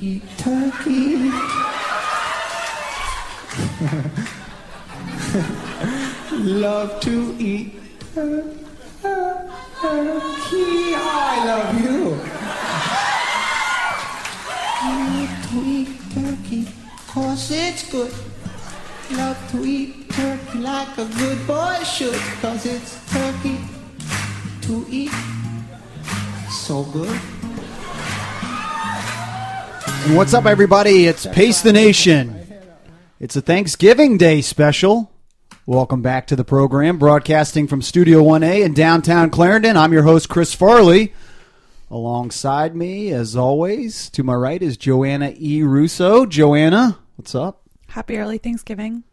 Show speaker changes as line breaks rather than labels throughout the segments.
eat turkey. love to eat tur- tur- turkey. I love you. Love to eat turkey, cause it's good. Love to eat turkey like a good boy should, cause it's turkey to eat. So good.
What's up, everybody? It's Pace the Nation. It's a Thanksgiving Day special. Welcome back to the program, broadcasting from Studio 1A in downtown Clarendon. I'm your host, Chris Farley. Alongside me, as always, to my right is Joanna E. Russo. Joanna, what's up?
Happy early Thanksgiving.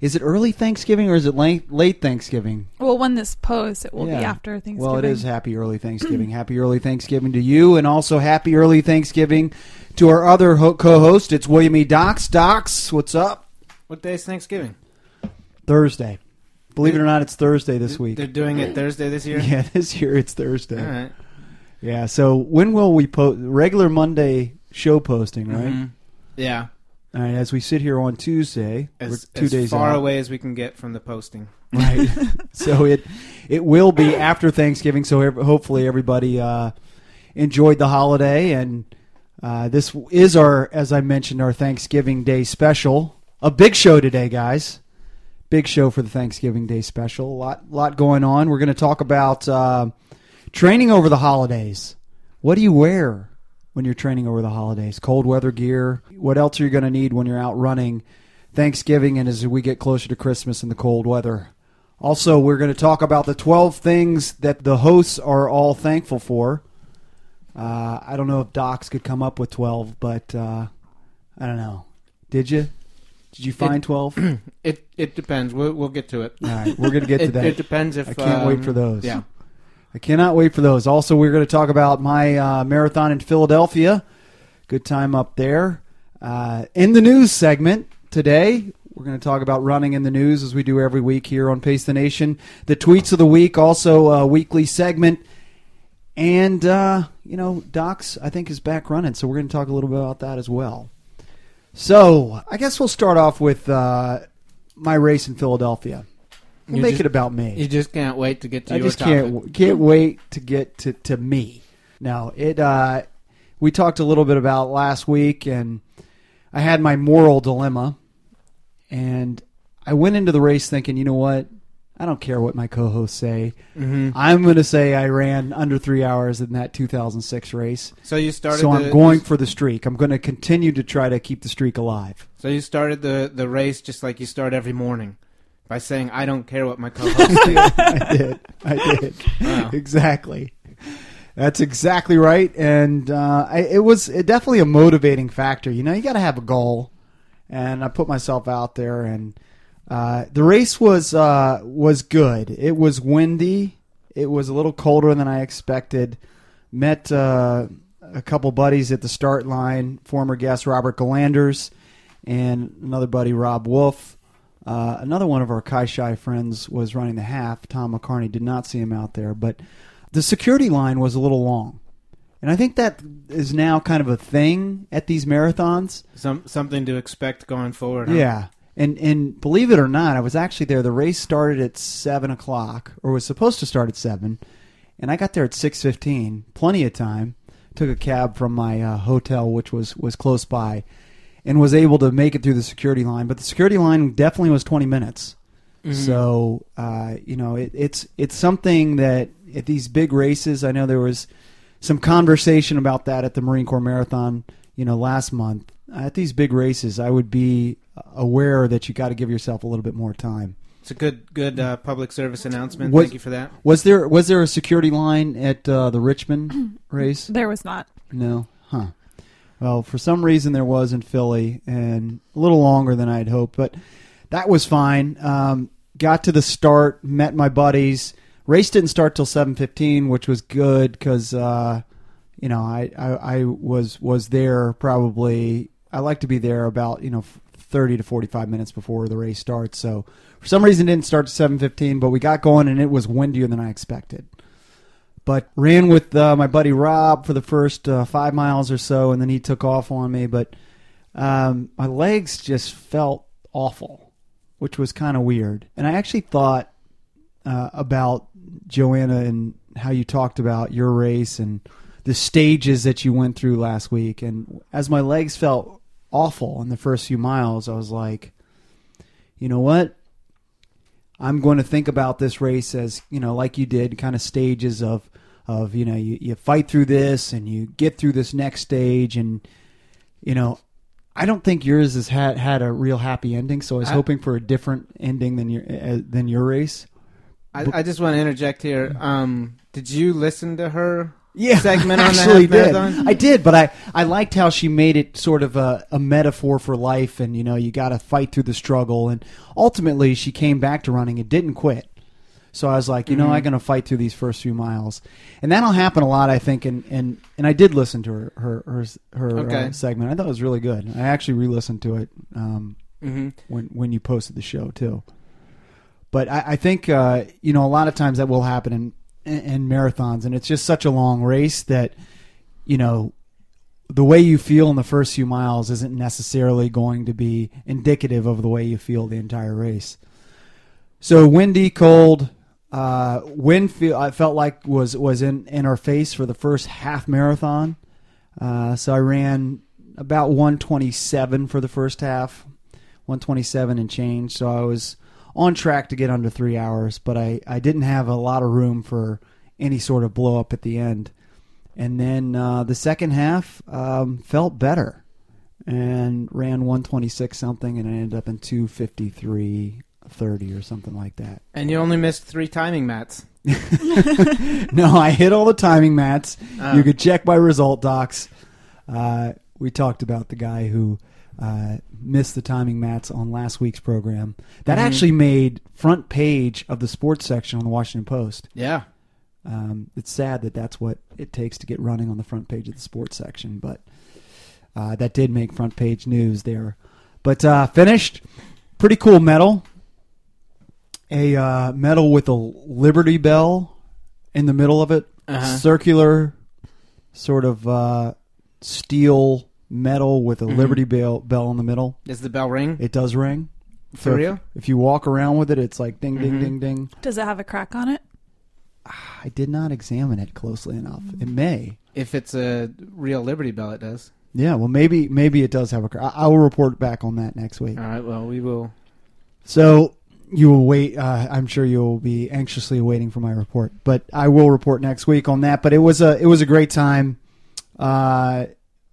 Is it early Thanksgiving or is it late, late Thanksgiving?
Well, when this posts, it will
Yeah.
be after Thanksgiving.
Well, it is happy early Thanksgiving. happy early Thanksgiving to you, and also happy early Thanksgiving to our other ho- co-host. It's William E. Docs. Docs, what's up?
What day is Thanksgiving?
Thursday. Believe it or not, it's Thursday this week.
They're doing it Thursday this year.
Yeah, this year it's Thursday.
All right.
Yeah. So when will we post regular Monday show posting? Right.
Mm-hmm. Yeah.
All right. As we sit here on Tuesday,
As,
we're two
as
days
far
out.
away as we can get from the posting.
right? so it it will be after Thanksgiving. So ev- hopefully everybody uh, enjoyed the holiday, and uh, this is our, as I mentioned, our Thanksgiving Day special. A big show today, guys. Big show for the Thanksgiving Day special. A lot lot going on. We're going to talk about uh, training over the holidays. What do you wear when you're training over the holidays? Cold weather gear. What else are you going to need when you're out running Thanksgiving and as we get closer to Christmas and the cold weather? Also, we're going to talk about the 12 things that the hosts are all thankful for. Uh, I don't know if Docs could come up with 12, but uh, I don't know. Did you? Did you find 12? all
It it depends. We'll, we'll get to it.
right, we're going to get to
it,
that.
it depends if
I can't
um,
wait for those.
Yeah.
I cannot wait for those. Also, we're going to talk about my uh, marathon in Philadelphia. Good time up there. Uh, in the news segment today, we're going to talk about running in the news as we do every week here on Pace the Nation. The tweets of the week, also a weekly segment. And, uh, you know, Docs, I think, is back running. So we're going to talk a little bit about that as well. So I guess we'll start off with uh, my race in Philadelphia. We'll
You
make
just-
it about me.
You just can't wait to get to
I
your
just
topic.
can't w- can't wait to get to, to me. Now it uh, we talked a little bit about last week, and I had my moral dilemma, and I went into the race thinking, you know what, I don't care what my co-hosts say.
Mm-hmm.
I'm going to say I ran under three hours in that 2006 race,
So you started.
so
the,
I'm going for the streak. I'm going to continue to try to keep the streak alive.
So you started the the race just like you start every morning by saying, "I don't care what my co-host thinks."
I did. I did.
Wow.
Exactly. That's exactly right, and uh, I, it was it definitely a motivating factor. You know, you got to have a goal, and I put myself out there, and uh, the race was uh, was good. It was windy. It was a little colder than I expected. Met uh, a couple buddies at the start line. Former guest Robert Galanders, and another buddy Rob Wolf. Uh, another one of our Kai Shai friends was running the half. Tom McCarney did not see him out there, but the security line was a little long. And I think that is now kind of a thing at these marathons.
Some something to expect going forward. huh?
Yeah. And and believe it or not, I was actually there. The race started at seven o'clock, or was supposed to start at seven, and I got there at six fifteen. Plenty of time. Took a cab from my uh, hotel, which was was close by, and was able to make it through the security line. But the security line definitely was twenty minutes. So uh, you know, it, it's it's something that at these big races, I know there was some conversation about that at the Marine Corps Marathon, you know, last month. At these big races, I would be aware that you got to give yourself a little bit more time.
It's a good good uh, public service announcement.
Was-
Thank you for that.
Was there was there a security line at uh, the Richmond race?
There was not.
No, huh? Well, for some reason there was in Philly, and a little longer than I had hoped, but that was fine. Um, got to the start, met my buddies. Race didn't start till seven fifteen, which was good because uh, you know I, I I was was there probably. I like to be there about you know thirty to forty five minutes before the race starts. So for some reason it didn't start to seven fifteen, but we got going and it was windier than I expected But ran with uh, my buddy Rob for the first uh, five miles or so, and then he took off on me. But um, my legs just felt awful, which was kind of weird. And I actually thought uh, about Joanna and how you talked about your race and the stages that you went through last week. And as my legs felt awful in the first few miles, I was like, you know what? I'm going to think about this race as you know, like you did, kind of stages of of you know, you, you fight through this and you get through this next stage, and you know, I don't think yours has had had a real happy ending. So I was
I-
hoping for a different ending than your uh, than your race.
I, I just want to interject here. Um, did you listen to her
Yeah,
segment
I
on the half
actually did.
marathon?
I did, but I, I liked how she made it sort of a, a metaphor for life, and you know you got to fight through the struggle, and ultimately she came back to running and didn't quit. So I was like,
Mm-hmm.
you know, I'm going to fight through these first few miles, and that'll happen a lot, I think. And and, and I did listen to her her her, her uh,
Okay.
segment. I thought it was really good. I actually re-listened to it um,
Mm-hmm.
when when you posted the show too. But I, I think uh, you know a lot of times that will happen in, in in marathons, and it's just such a long race that you know the way you feel in the first few miles isn't necessarily going to be indicative of the way you feel the entire race. So windy, cold. Uh, wind feel, I felt like was was in, in our face for the first half marathon. Uh, so I ran about 127 for the first half, 127 and change. So I was on track to get under three hours, but I, I didn't have a lot of room for any sort of blow up at the end. And then uh, the second half um, felt better and ran 126 something, and I ended up in 253.30 or something like that.
And you only missed three timing mats.
no, I hit all the timing mats.
Ah.
You could check my result docs. Uh, we talked about the guy who uh, missed the timing mats on last week's program. That
Mhm.
actually made front page of the sports section on the Washington Post.
Yeah.
Um, it's sad that that's what it takes to get running on the front page of the sports section, but uh, that did make front page news there. But uh, finished, pretty cool medal. A uh, medal with a Liberty Bell in the middle of it,
Uh-huh.
circular sort of uh, steel medal with a
Mhm.
Liberty Bell bell in the middle.
Does the bell ring?
It does ring.
For
if-
real?
If you walk around with it, it's like ding, ding,
Mhm.
ding, ding.
Does it have a crack on it?
I did not examine it closely enough. It may.
If it's a real Liberty Bell, it does.
Yeah, well, maybe maybe it does have a. cr- I, I will report back on that next week.
All right. Well, we will.
So you will wait. Uh, I'm sure you will be anxiously waiting for my report, but I will report next week on that. But it was a it was a great time. Uh,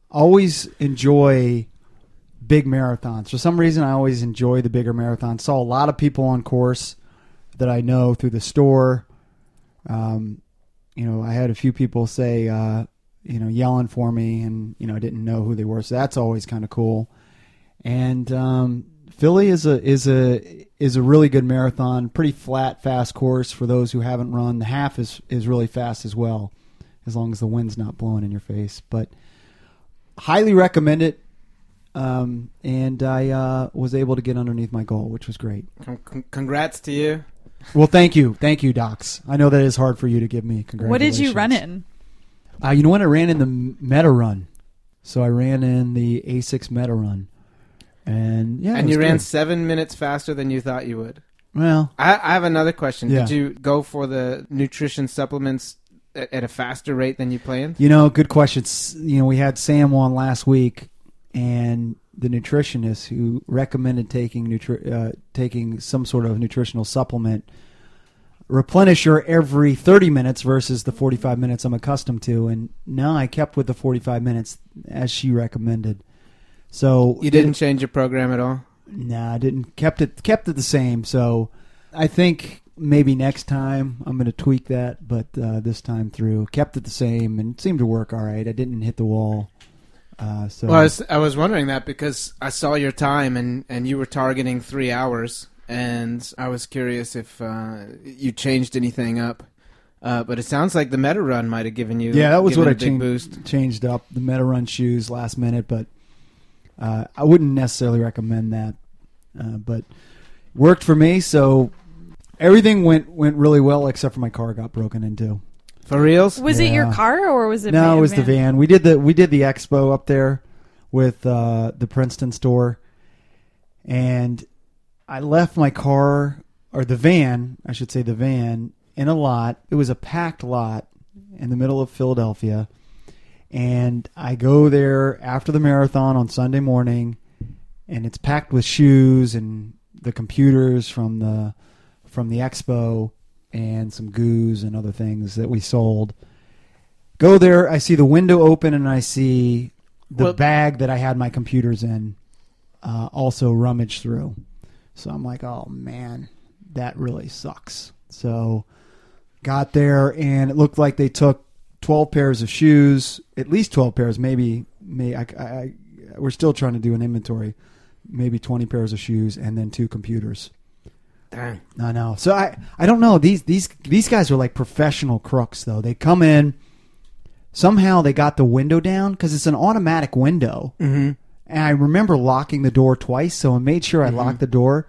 always enjoy big marathons. For some reason, I always enjoy the bigger marathons. Saw a lot of people on course that I know through the store. Um, you know, I had a few people say, uh, you know, yelling for me, and you know, I didn't know who they were, so that's always kind of cool. And um, Philly is a is a is a really good marathon, pretty flat, fast course for those who haven't run. The half is is really fast as well, as long as the wind's not blowing in your face. But highly recommend it. Um, and I uh, was able to get underneath my goal, which was great.
Con- con- congrats to you.
Well, thank you, thank you, Docs. I know that is hard for you to give me. Congratulations.
What did you run in?
Uh, you know what? I ran in the M- Meta Run, so I ran in the A6 Meta Run, and yeah, it
and
was
you ran
good.
seven minutes faster than you thought you would.
well.
I, I have another question.
Yeah.
Did you go for the nutrition supplements at, at a faster rate than you planned?
You know, good question. S- You know, we had Sam on last week, and the nutritionist who recommended taking nutri- uh, taking some sort of nutritional supplement replenisher every 30 minutes versus the 45 minutes I'm accustomed to. And no, I kept with the 45 minutes as she recommended. So
You didn't change your program at all.
No, I didn't. Kept it kept it the same. So I think maybe next time I'm going to tweak that. But uh, this time through, kept it the same and it seemed to work all right. I didn't hit the wall. Uh, so
Well, I was, I was wondering that because I saw your time and, and you were targeting three hours, and I was curious if uh, you changed anything up. Uh, but it sounds like the meta run might have given you
yeah, that was
given
what
a
I changed
big boost.
changed up the Meta Run shoes last minute, but uh, I wouldn't necessarily recommend that. Uh, but worked for me, so everything went went really well except for my car got broken into.
For reals?
Was it your
Yeah.
car or was it?
no,
my
it was the
van?
van. We did the we did the expo up there with uh, the Princeton store, and I left my car or the van, I should say, the van in a lot. It was a packed lot in the middle of Philadelphia, and I go there after the marathon on Sunday morning, and it's packed with shoes and the computers from the from the expo and some goos and other things that we sold go there i see the window open and i see the
Well-
bag that i had my computers in uh, also rummage through so i'm like oh man that really sucks so got there and it looked like they took 12 pairs of shoes at least 12 pairs maybe may I, I, I- we're still trying to do an inventory maybe 20 pairs of shoes and then two computers
Dang.
I know. So I I don't know. These these these guys are like professional crooks though. They come in somehow they got the window down because it's an automatic window. Mm-hmm. And I remember locking the door twice, so I made sure I locked the door.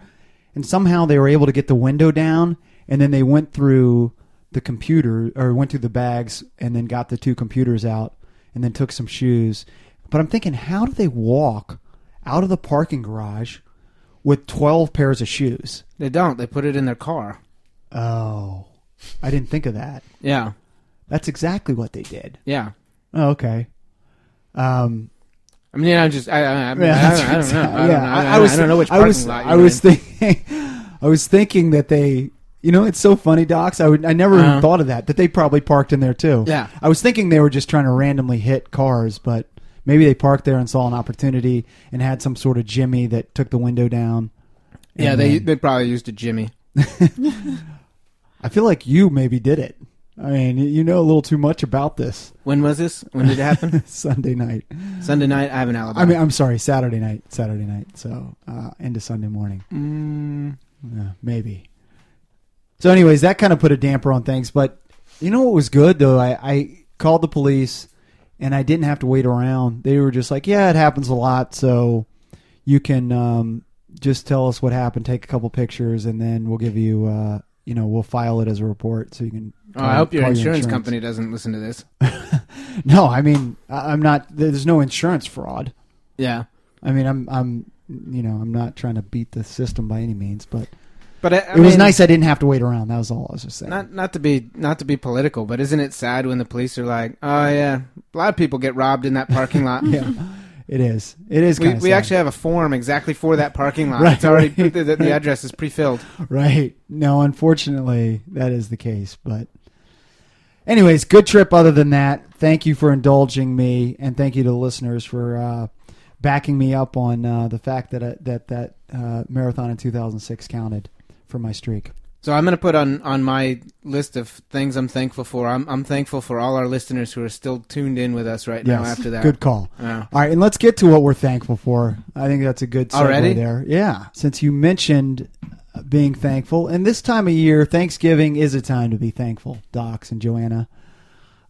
And somehow they were able to get the window down, and then they went through the computer or went through the bags, and then got the two computers out, and then took some shoes. But I'm thinking, how do they walk out of the parking garage with 12 pairs of shoes?
They don't. They put it in their car.
Oh, I didn't think of that.
Yeah.
That's exactly what they did.
Yeah.
Oh, okay. Um,
I mean, I'm just. I, I, I, mean,
yeah,
I, don't, I don't know. I don't know.
yeah,
I, don't- I don't know which
I
parking
was,
lot.
I was thinking, I was thinking that they, you know, it's so funny, docs. I would, I never
Uh-huh.
even thought of that. That they probably parked in there too.
Yeah.
I was thinking they were just trying to randomly hit cars, but maybe they parked there and saw an opportunity and had some sort of Jimmy that took the window down.
yeah,
And
they
then-
they probably used a Jimmy.
I feel like you maybe did it. I mean, you know a little too much about this
When was this? When did it happen?
Sunday night.
Sunday night. I have an alibi.
I mean, I'm sorry, Saturday night, Saturday night. So uh, into Sunday morning,
Mm,
yeah, maybe. So, anyways, that kind of put a damper on things. But you know what was good though? I, I called the police, and I didn't have to wait around. They were just like, "Yeah, it happens a lot, so you can um, just tell us what happened, take a couple pictures, and then we'll give you, uh, you know, we'll file it as a report, so you can."
oh, I hope your
call
insurance, company doesn't listen to this.
No, I mean, I- I'm not. There's no insurance fraud.
Yeah,
I mean, I'm, I'm, you know, I'm not trying to beat the system by any means, but
but I, I
it was
mean,
nice I didn't have to wait around. That was all I was just saying.
Not not to be not to be political, but isn't it sad when the police are like, oh yeah, a lot of people get robbed in that parking lot.
yeah, it is. It is.
We,
kind of
we actually have a form exactly for that parking lot.
Right,
it's already
right,
the, the, the address is pre-filled.
right. No, unfortunately, that is the case. But, anyways, good trip. Other than that, thank you for indulging me, and thank you to the listeners for uh, backing me up on uh, the fact that uh, that that uh, marathon in 2006 counted for my streak.
So I'm going to put on on my list of things I'm thankful for. I'm I'm thankful for all our listeners who are still tuned in with us right now.
Yes.
After that, Uh,
good call.
Yeah.
All right, and let's get to what we're thankful for. I think that's a good segue
Already?
there. Yeah, since you mentioned uh, being thankful, and this time of year, Thanksgiving is a time to be thankful. Docs and Joanna,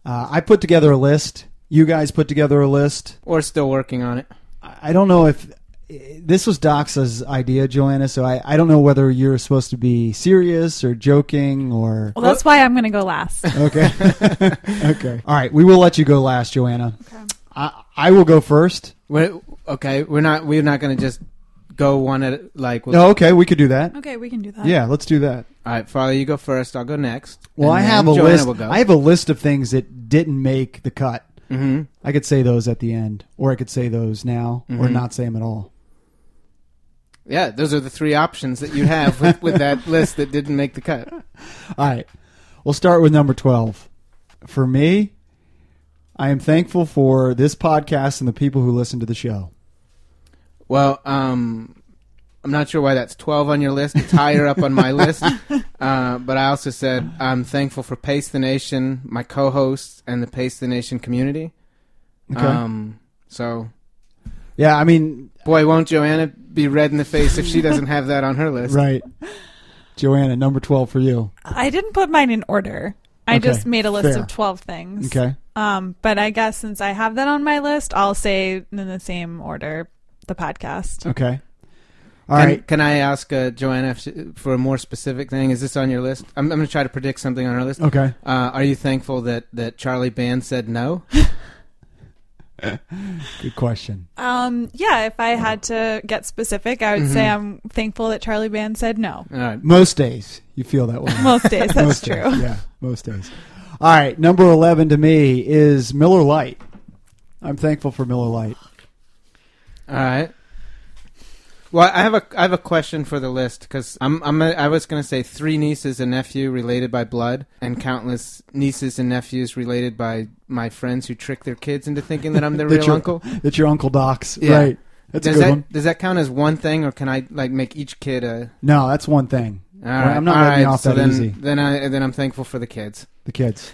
uh, I put together a list. You guys put together a list.
Or still working on it.
I I don't know if eh, this was Docs' idea, Joanna. So I, I don't know whether you're supposed to be serious or joking or
Well, that's why I'm going to go last.
Oh. okay, okay. All right, we will let you go last, Joanna. I I will go first.
We're, okay, we're not we're not going to just go one at a- like. We'll, Uh,
No, okay, we could do that.
okay, we can do that.
Yeah, let's do that.
All right, Farley, you go first. I'll go next.
Well, I
And
have a
then Joanna
list.
Will go.
I have a list of things that didn't make the cut.
hmm
I could say those at the end, or I could say those now, or
Mhm.
not say them at all.
Yeah, those are the three options that you have with, with that list that didn't make the cut.
All right, we'll start with number twelve. For me, I am thankful for this podcast and the people who listen to the show.
Well, um, I'm not sure why that's 12 on your list. It's higher up on my list. Uh, but I also said I'm thankful for Pace the Nation, my co-hosts, and the Pace the Nation community.
Okay.
Um, so,
yeah, I mean,
boy, won't Joanna be red in the face if she doesn't have that on her list?
right, Joanna, number twelve for you.
I didn't put mine in order. I
Okay,
just made a list
fair.
of 12 things.
Okay,
Um, but I guess since I have that on my list, I'll say in the same order the podcast.
okay. All
can,
right.
Can I ask uh, Joanna if she, for a more specific thing? Is this on your list? I'm, I'm going to try to predict something on our list.
Okay.
Uh, are you thankful that, that Charlie Band said no?
Good question.
Um, yeah, if I had to get specific, I would say
Mm-hmm.
I'm thankful that Charlie Band said no.
All right.
Most days you feel that way.
Most days, that's
most
true.
Days. Yeah, most days. All right, number 11 to me is Miller Lite. I'm thankful for Miller Lite.
All right. Well, I have a I have a question for the list because I'm I'm a, I was going to say three nieces and nephew related by blood and countless nieces and nephews related by my friends who trick their kids into thinking that I'm their
That
real
your-
uncle.
That's your Uncle Doc's.
Yeah.
Right. That's
does
a good
that
one.
does that count as one thing or can I like make each kid a?
No, that's one thing.
All
Well,
right,
I'm not
all
letting you
right,
off
so
that
then,
easy.
Then I then I'm thankful for the kids.
The kids.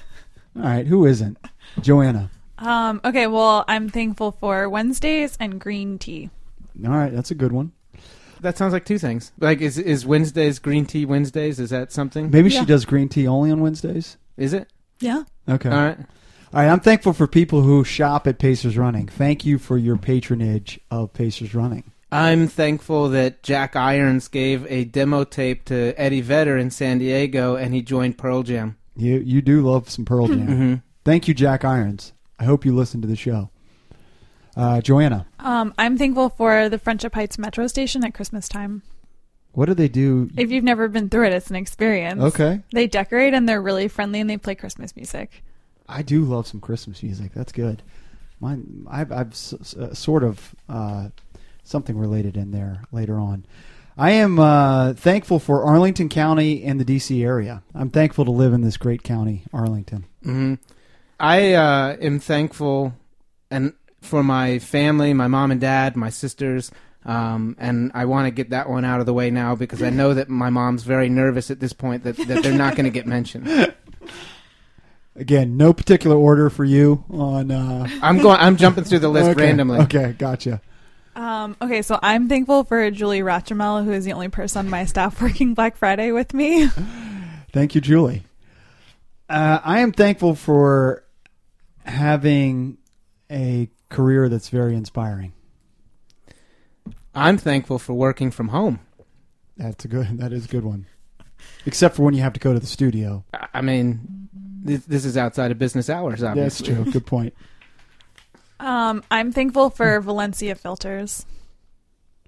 All right, who isn't? Joanna.
Um, okay, well, I'm thankful for Wednesdays and green tea.
All right, that's a good one.
That sounds like two things. Like is is Wednesdays green tea Wednesdays? Is that something?
Maybe
Yeah.
she does green tea only on Wednesdays.
Is it?
Yeah.
Okay.
All right.
All right, I'm thankful for people who shop at Pacers Running. Thank you for your patronage of Pacers Running.
I'm thankful that Jack Irons gave a demo tape to Eddie Vedder in San Diego and he joined Pearl Jam.
You you do love some Pearl Jam.
Mm-hmm.
Thank you, Jack Irons. I hope you listen to the show. Uh, Joanna,
Um, I'm thankful for the Friendship Heights metro station at Christmas time.
what do they do?
If you've never been through it, it's an experience.
Okay,
They decorate and they're really friendly and they play Christmas music.
I do love some Christmas music. That's good. Mine, I've, I've s- s- uh, sort of uh, something related in there later on. I am uh, thankful for Arlington County and the D.C. area. I'm thankful to live in this great county, Arlington.
hmm I uh, am thankful and for my family, my mom and dad, my sisters, um, and I want to get that one out of the way now because I know that my mom's very nervous at this point that, that they're not going to get mentioned.
Again, no particular order for you on uh,
I'm going. I'm jumping through the list
okay,
randomly.
Okay, gotcha.
Um, okay, so I'm thankful for Julie Rachamel, who is the only person on my staff working Black Friday with me.
Thank you, Julie. Uh, I am thankful for having a career that's very inspiring.
I'm thankful for working from home.
That's a good. That is a good one. Except for when you have to go to the studio.
I I mean, this, this is outside of business hours, obviously.
That's true. Good point.
Um, I'm thankful for Valencia filters.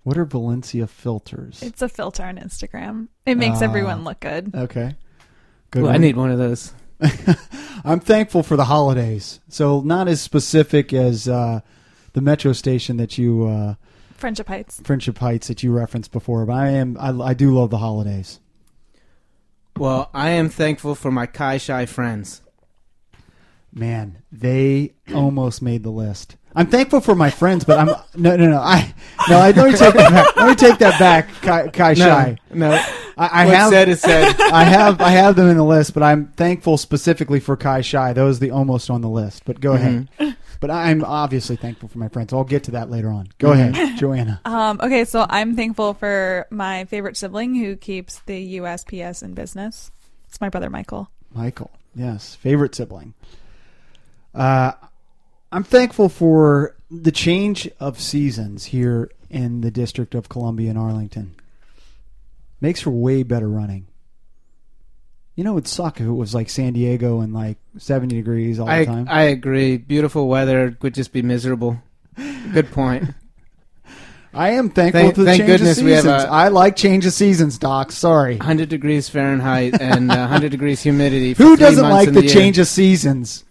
What are Valencia filters?
It's a filter on Instagram. It makes
Ah.
everyone look good.
Okay. Good.
Well, I
one.
need one of those.
I'm thankful for the holidays. So not as specific as uh, the metro station that you uh,
Friendship Heights.
Friendship Heights that you referenced before, but I am I, I do love the holidays.
Well, I am thankful for my Kai Shai friends.
Man, they almost made the list. I'm thankful for my friends, but I'm no, no, no. I no. I, let me take that back. Let me take that back. Kai, Kai Shai.
No, no.
I, I
What's
have
said is said.
I have I have them in the list, but I'm thankful specifically for Kai Shai. Those are the almost on the list. But go ahead. But I'm obviously thankful for my friends. I'll get to that later on. Go ahead, Joanna.
Um, okay, so I'm thankful for my favorite sibling who keeps the USPS in business. It's my brother Michael.
Michael. Yes, favorite sibling. Uh, I'm thankful for the change of seasons here in the District of Columbia and Arlington. Makes for way better running. You know, it would suck if it was like San Diego and like 70 degrees all the
I,
time.
I agree. Beautiful weather would just be miserable. Good point.
I am thankful
Thank-
to the
thank
change of
goodness we have
seasons.
a-
I like change of seasons, Doc. Sorry.
100 degrees Fahrenheit and uh, 100 degrees humidity. For
Who
three
doesn't
months
like
in
the,
year.
change of seasons?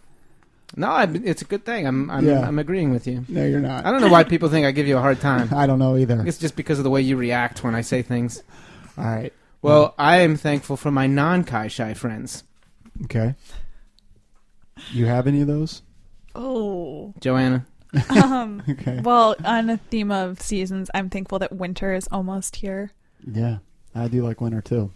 No, I, it's a good thing. I'm I'm,
Yeah.
I'm agreeing with you.
No, you're
I
not.
don't know why people think I give you a hard time.
I don't know either.
It's just because of the way you react when I say things.
All right.
Well, I am thankful for my non Kai Shai friends.
Okay. You have any of those?
Oh.
Joanna.
Um,
Okay.
well, on a theme of seasons, I'm thankful that winter is almost here.
Yeah, I do like winter too.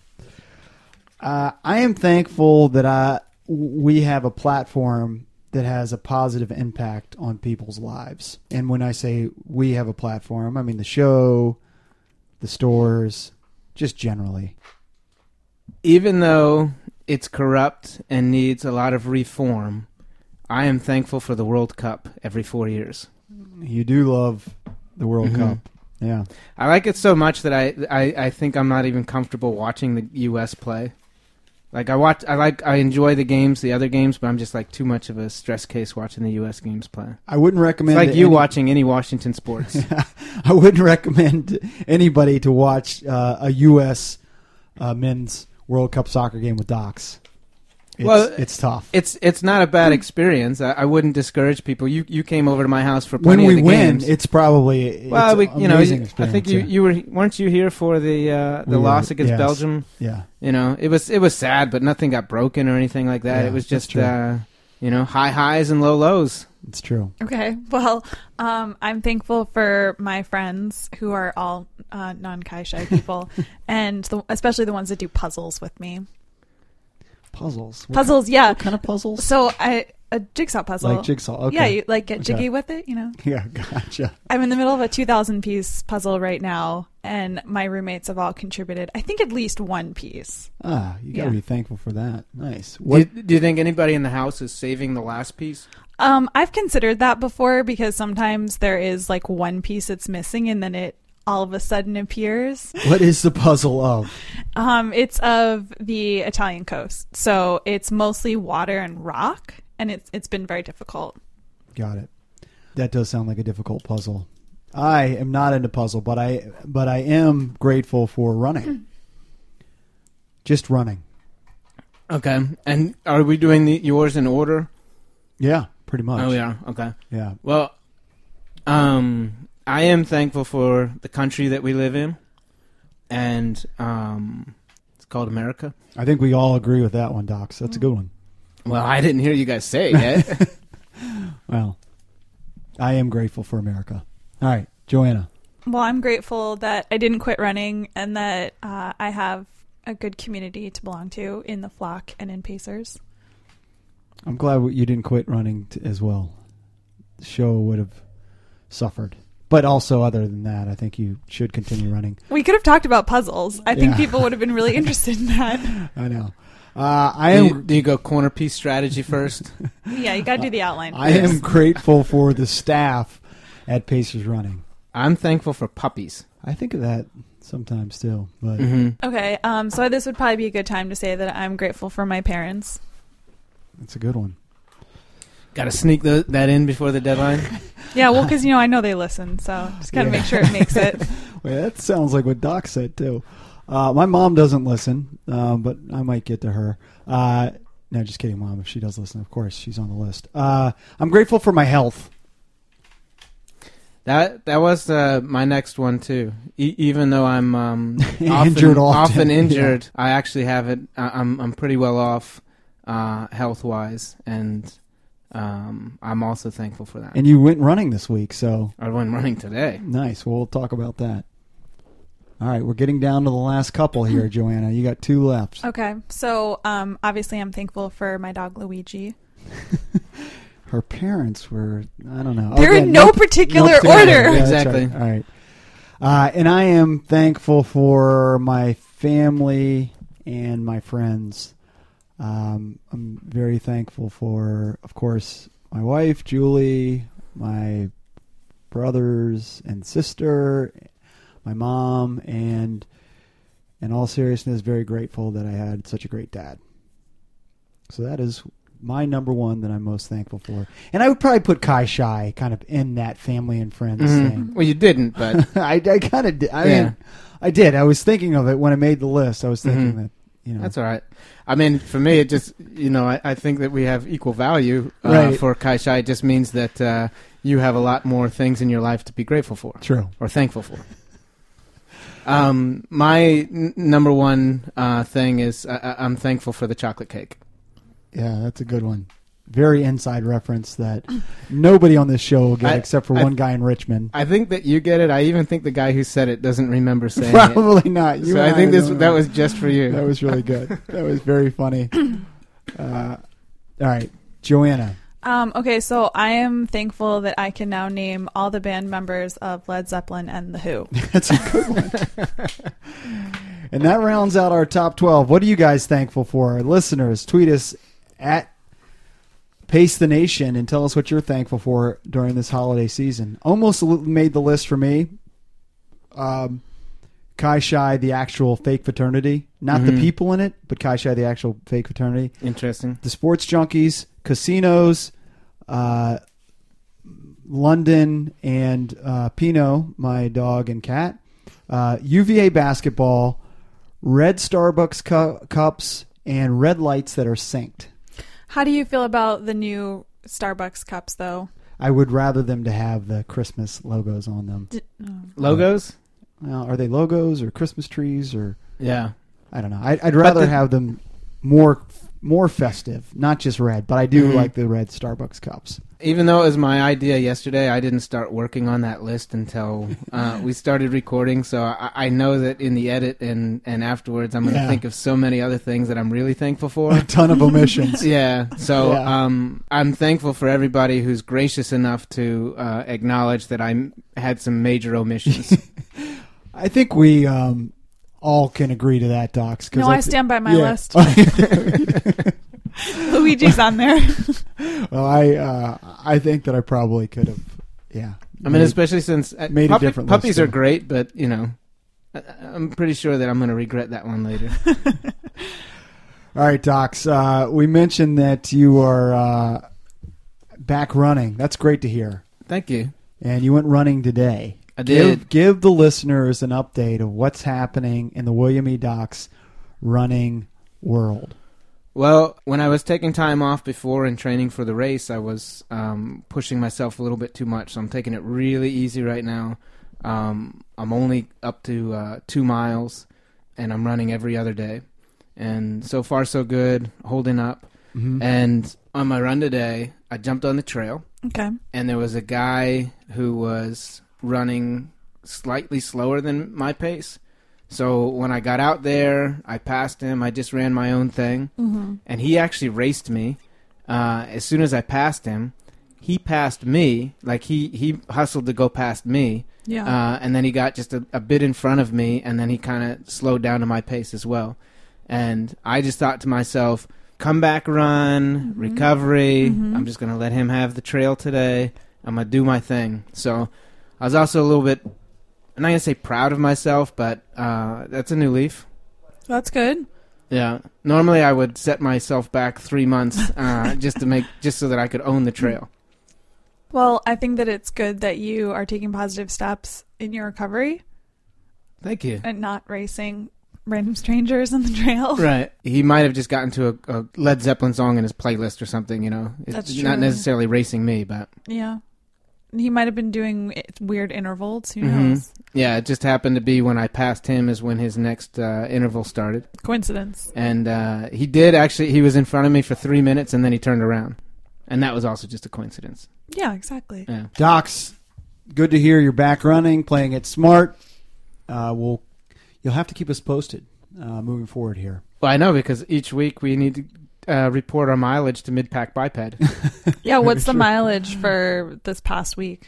Uh, I am thankful that I we have a platform that has a positive impact on people's lives. And when I say we have a platform, I mean the show, the stores, just generally.
even though it's corrupt and needs a lot of reform, I am thankful for the World Cup every four years.
You do love the World
Mhm.
Cup. Yeah.
I like it so much that I, I, I think I'm not even comfortable watching the U.S. play. Like I watch, I like, I enjoy the games, the other games, but I'm just like too much of a stress case watching the U.S. games play.
I wouldn't
It's
recommend
like
that
you
any-
watching any Washington sports.
I wouldn't recommend anybody to watch uh, a U.S. Uh, men's World Cup soccer game with docs. It's,
Well,
it's tough.
it's it's not a bad experience. I, I wouldn't discourage people. You you came over to my house for
when
plenty
we
of the
win,
games.
it's probably
well,
it's
we,
an
you know,
amazing
you- I
experience,
think you,
yeah.
you were weren't you here for the uh, the
We were,
loss against
yes.
Belgium?
yeah.
You know, it was it was sad, but nothing got broken or anything like that.
Yeah,
it was
that's
just
true.
uh, you know high highs and low lows.
It's true.
Okay. Well, um, I'm thankful for my friends who are all uh, non Kaisha people, and the, especially the ones that do puzzles with me.
Puzzles. What
Puzzles, yeah.
kind of puzzles?
So I a jigsaw puzzle.
Like jigsaw. Okay.
Yeah, you like get
Okay.
jiggy with it, you know.
Yeah, gotcha.
I'm in the middle of a 2,000 piece puzzle right now, and my roommates have all contributed, I think, at least one piece.
Ah, you got to
Yeah.
be thankful for that. Nice.
Do you,
What?
do you think anybody in the house is saving the last piece?
Um, I've considered that before because sometimes there is like one piece that's missing, and then it all of a sudden appears.
what is the puzzle of?
Um, it's of the Italian coast, so it's mostly water and rock, and it's it's been very difficult.
Got it. That does sound like a difficult puzzle. I am not into puzzle, but I but I am grateful for running. Just running.
Okay, and are we doing the, yours in order?
Yeah, pretty much.
Oh yeah. Okay.
Yeah.
Well, um, I am thankful for the country that we live in, and um, it's called America.
I think we all agree with that one, Docs. That's a good one.
Well, I didn't hear you guys say it yet.
Well, I am grateful for America. All right, Joanna.
Well, I'm grateful that I didn't quit running, and that uh, I have a good community to belong to in the flock and in Pacers.
I'm glad you didn't quit running t- as well. The show would have suffered. But also, other than that, I think you should continue running.
We could have talked about puzzles. I think
Yeah.
people would have been really interested in that.
I know. Uh, I
do,
am.
you, do you go corner piece strategy first?
Yeah, you got to do the outline.
I am grateful for the staff at Pacers Running.
I'm thankful for puppies.
I think of that sometimes still, but
Mm-hmm.
Okay, um, so this would probably be a good time to say that I'm grateful for my parents.
it's a good one.
Got to sneak tho- that in before the deadline.
Yeah, well, because you know I know they listen, so just gotta
Yeah.
make sure it makes it.
Wait, that sounds like what Doc said too. Uh, my mom doesn't listen, um, but I might get to her. Uh, no, just kidding, mom. If she does listen, of course she's on the list. Uh, I'm grateful for my health.
That that was uh, my next one too. E- even though I'm um,
Injured often.
often
Yeah.
injured, I actually have it. I- I'm I'm pretty well off uh, health wise, and um, I'm also thankful for that.
And you went running this week, so
I went running today.
nice. Well, we'll talk about that. All right, we're getting down to the last couple
Mm-hmm.
here, Joanna. You got two left.
Okay, so um, obviously I'm thankful for my dog Luigi.
Her parents were, I don't know.
They're
Oh, yeah,
in no
nope.
particular
Nope, together.
order.
Yeah, that's
Exactly.
right. All right. Uh, and I am thankful for my family and my friends. Um, I'm very thankful for, of course, my wife, Julie, my brothers and sister, my mom, and in all seriousness, very grateful that I had such a great dad. So that is my number one that I'm most thankful for. And I would probably put Kai Shai kind of in that family and friends
Mhm. Well, you didn't, but
thing. I, I kind of did. I
Yeah.
mean, I did. I was thinking of it when I made the list. I was thinking
Mhm.
that, you know.
that's all right. I mean, for me, it just you know I, I think that we have equal value uh,
Right.
for Kai Shai. It just means that uh, you have a lot more things in your life to be grateful for.
true.
or thankful for. Um, my n- number one uh, thing is I- I- I'm thankful for the chocolate cake.
Yeah, that's a good one. Very inside reference that nobody on this show will get
I-
except for
I-
one guy in Richmond.
I think that you get it. I even think the guy who said it doesn't remember saying it.
Probably not. You and
So I think this
don't
that
know.
was just for you.
that was really good. that was very funny. Uh, all right, Joanna.
Um, okay, so I am thankful that I can now name all the band members of Led Zeppelin and The Who.
That's a good one. and that rounds out our top 12. What are you guys thankful for? Our listeners, tweet us at Pace the Nation and tell us what you're thankful for during this holiday season. Almost l- made the list for me. um, Kai Shai, the actual fake fraternity, not
Mm-hmm.
the people in it, but Kai Shai, the actual fake fraternity,
Interesting.
the sports junkies, casinos, uh, London, and uh, Pino, my dog and cat, uh, UVA basketball, red Starbucks cu- cups, and red lights that are synced.
How do you feel about the new Starbucks cups, though?
I would rather them to have the Christmas logos on them.
D- oh.
Logos?
Well, are they logos or Christmas trees or
Yeah.
I don't know. I, I'd rather
the-
have them more more festive, not just red. But I do
Mhm.
like the red Starbucks cups.
Even though it was my idea yesterday, I didn't start working on that list until uh, we started recording. So I, I know that in the edit and, and afterwards, I'm going to
Yeah.
think of so many other things that I'm really thankful
A
for.
ton of omissions.
yeah. So
Yeah.
Um, I'm thankful for everybody who's gracious enough to uh, acknowledge that I m- had some major omissions.
I think we um, all can agree to that, Docs. 'cause
No, I
th-
stand by my
yeah. Oh,
list. Luigi's on there.
well, I uh, I think that I probably could have. Yeah,
I mean,
Made-
especially since uh,
made a
puppy-
different list,
puppies
yeah.
are great, but you know, I, I'm pretty sure that I'm going to regret that one later.
All right, Docs. Uh, we mentioned that you are uh, back running. That's great to hear.
Thank you.
And you went running today.
I did.
Give, give the listeners an update of what's happening in the William E. Docs running world.
Well, when I was taking time off before and training for the race, I was um, pushing myself a little bit too much. So I'm taking it really easy right now. Um, I'm only up to uh, two miles, and I'm running every other day. And so far, so good, holding up. Mm-hmm. And on my run today, I jumped on the trail.
okay.
and there was a guy who was running slightly slower than my pace. So when I got out there, I passed him. I just ran my own thing,
Mm-hmm.
and he actually raced me. Uh, as soon as I passed him, he passed me. Like he he hustled to go past me,
Yeah.
uh, and then he got just a, a bit in front of me, and then he kind of slowed down to my pace as well. And I just thought to myself, comeback run, recovery. I'm just going to let him have the trail today. I'm going to do my thing. So I was also a little bit, I'm not going to say proud of myself, but uh, that's a new leaf.
That's good.
Yeah. Normally I would set myself back three months uh, just to make, just so that I could own the trail.
Well, I think that it's good that you are taking positive steps in your recovery
Thank you.
and not racing random strangers on the trail.
Right. He might have just gotten to a, a Led Zeppelin song in his playlist or something, you know. It's
That's
not
true.
necessarily racing me, but
Yeah. He might have been doing it- weird intervals. Who
Mhm.
knows?
yeah, it just happened to be when I passed him is when his next uh, interval started.
Coincidence.
And uh, he did actually, he was in front of me for three minutes and then he turned around. And that was also just a coincidence.
Yeah, exactly.
Yeah.
Docs, good to hear you're back running, playing it smart. Uh, we'll, you'll have to keep us posted uh, moving forward here.
Well, I know because each week we need to uh, report our mileage to Midpack Biped.
Yeah, what's the mileage for this past week?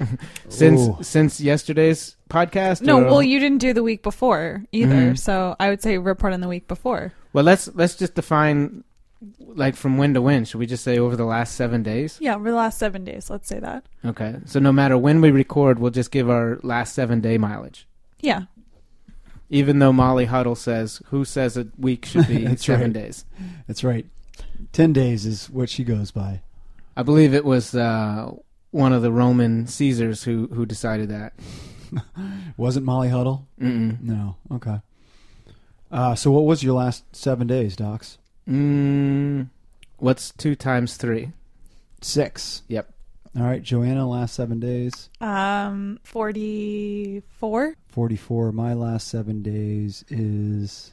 since
Ooh.
since yesterday's podcast?
No,
or-
well, you didn't do the week before either.
Mhm.
So I would say report on the week before.
well, let's let's just define like from when to when. Should we just say over the last seven days?
Yeah, over the last seven days. Let's say that.
Okay. So no matter when we record, we'll just give our last seven day mileage.
Yeah.
Even though Molly Huddle says, who says a week should be
That's
seven
right.
days?
That's right. 10 days is what she goes by.
I believe it was uh, one of the Roman Caesars who, who decided that.
Wasn't Molly Huddle?
Mm-mm.
No. Okay. Uh, so what was your last seven days, Docs?
Mm, what's two times three?
Six.
Yep.
All right, Joanna, last seven days.
Um, 44.
44. My last seven days is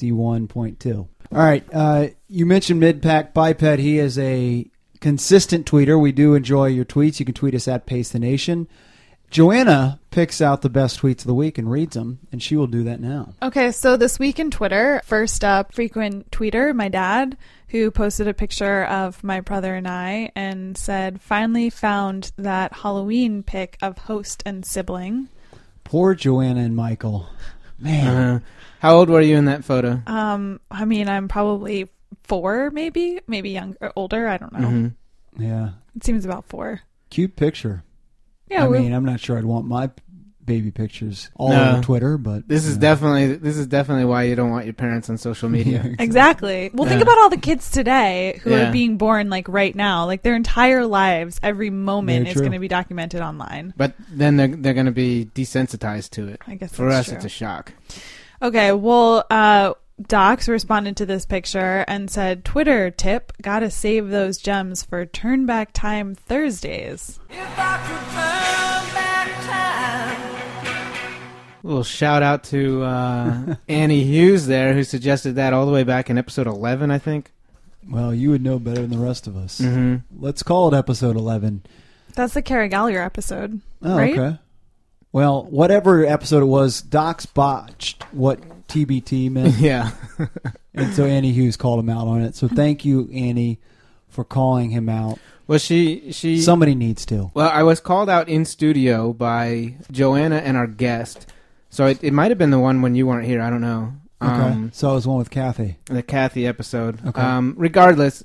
61.2. All right. Uh, you mentioned Midpack Biped. He is a consistent tweeter. We do enjoy your tweets. You can tweet us at Pace the Nation. Joanna picks out the best tweets of the week and reads them, and she will do that now.
Okay, so this week in Twitter, first up, frequent tweeter, my dad, who posted a picture of my brother and I and said, finally found that Halloween pic of host and sibling.
Poor Joanna and Michael. Man.
Uh, how old were you in that photo?
Um, I mean, I'm probably four, maybe, maybe younger, older. I don't know.
Mhm.
Yeah.
It seems about four.
Cute picture.
Yeah,
I
we,
mean, I'm not sure I'd want my baby pictures all
No.
over Twitter, but
This is
yeah.
definitely this is definitely why you don't want your parents on social media.
Exactly. Well, think
Yeah.
about all the kids today who
Yeah.
are being born like right now. Like their entire lives, every moment
Very
is
true.
going to be documented online.
but then they're they're going to be desensitized to it.
I guess
For us,
that's
it's a shock.
true. okay. Well, uh, Docs responded to this picture and said, "Twitter tip: Gotta save those gems for Turn Back Time Thursdays."
If I could turn back time,
A little shout out to uh, Annie Hughes there, who suggested that all the way back in episode eleven, I think.
Well, you would know better than the rest of us.
Mm-hmm.
Let's call it episode eleven.
That's the Carrie Gallagher episode,
Oh,
right?
okay. Well, whatever episode it was, Doc's botched what TBT meant,
Yeah,
and so Annie Hughes called him out on it. So thank you, Annie, for calling him out.
well, she she
Somebody needs to.
Well, I was called out in studio by Joanna and our guest, so it, it might have been the one when you weren't here. I don't know.
Okay.
Um,
so I was one with Kathy.
the Kathy episode.
Okay.
Um, regardless,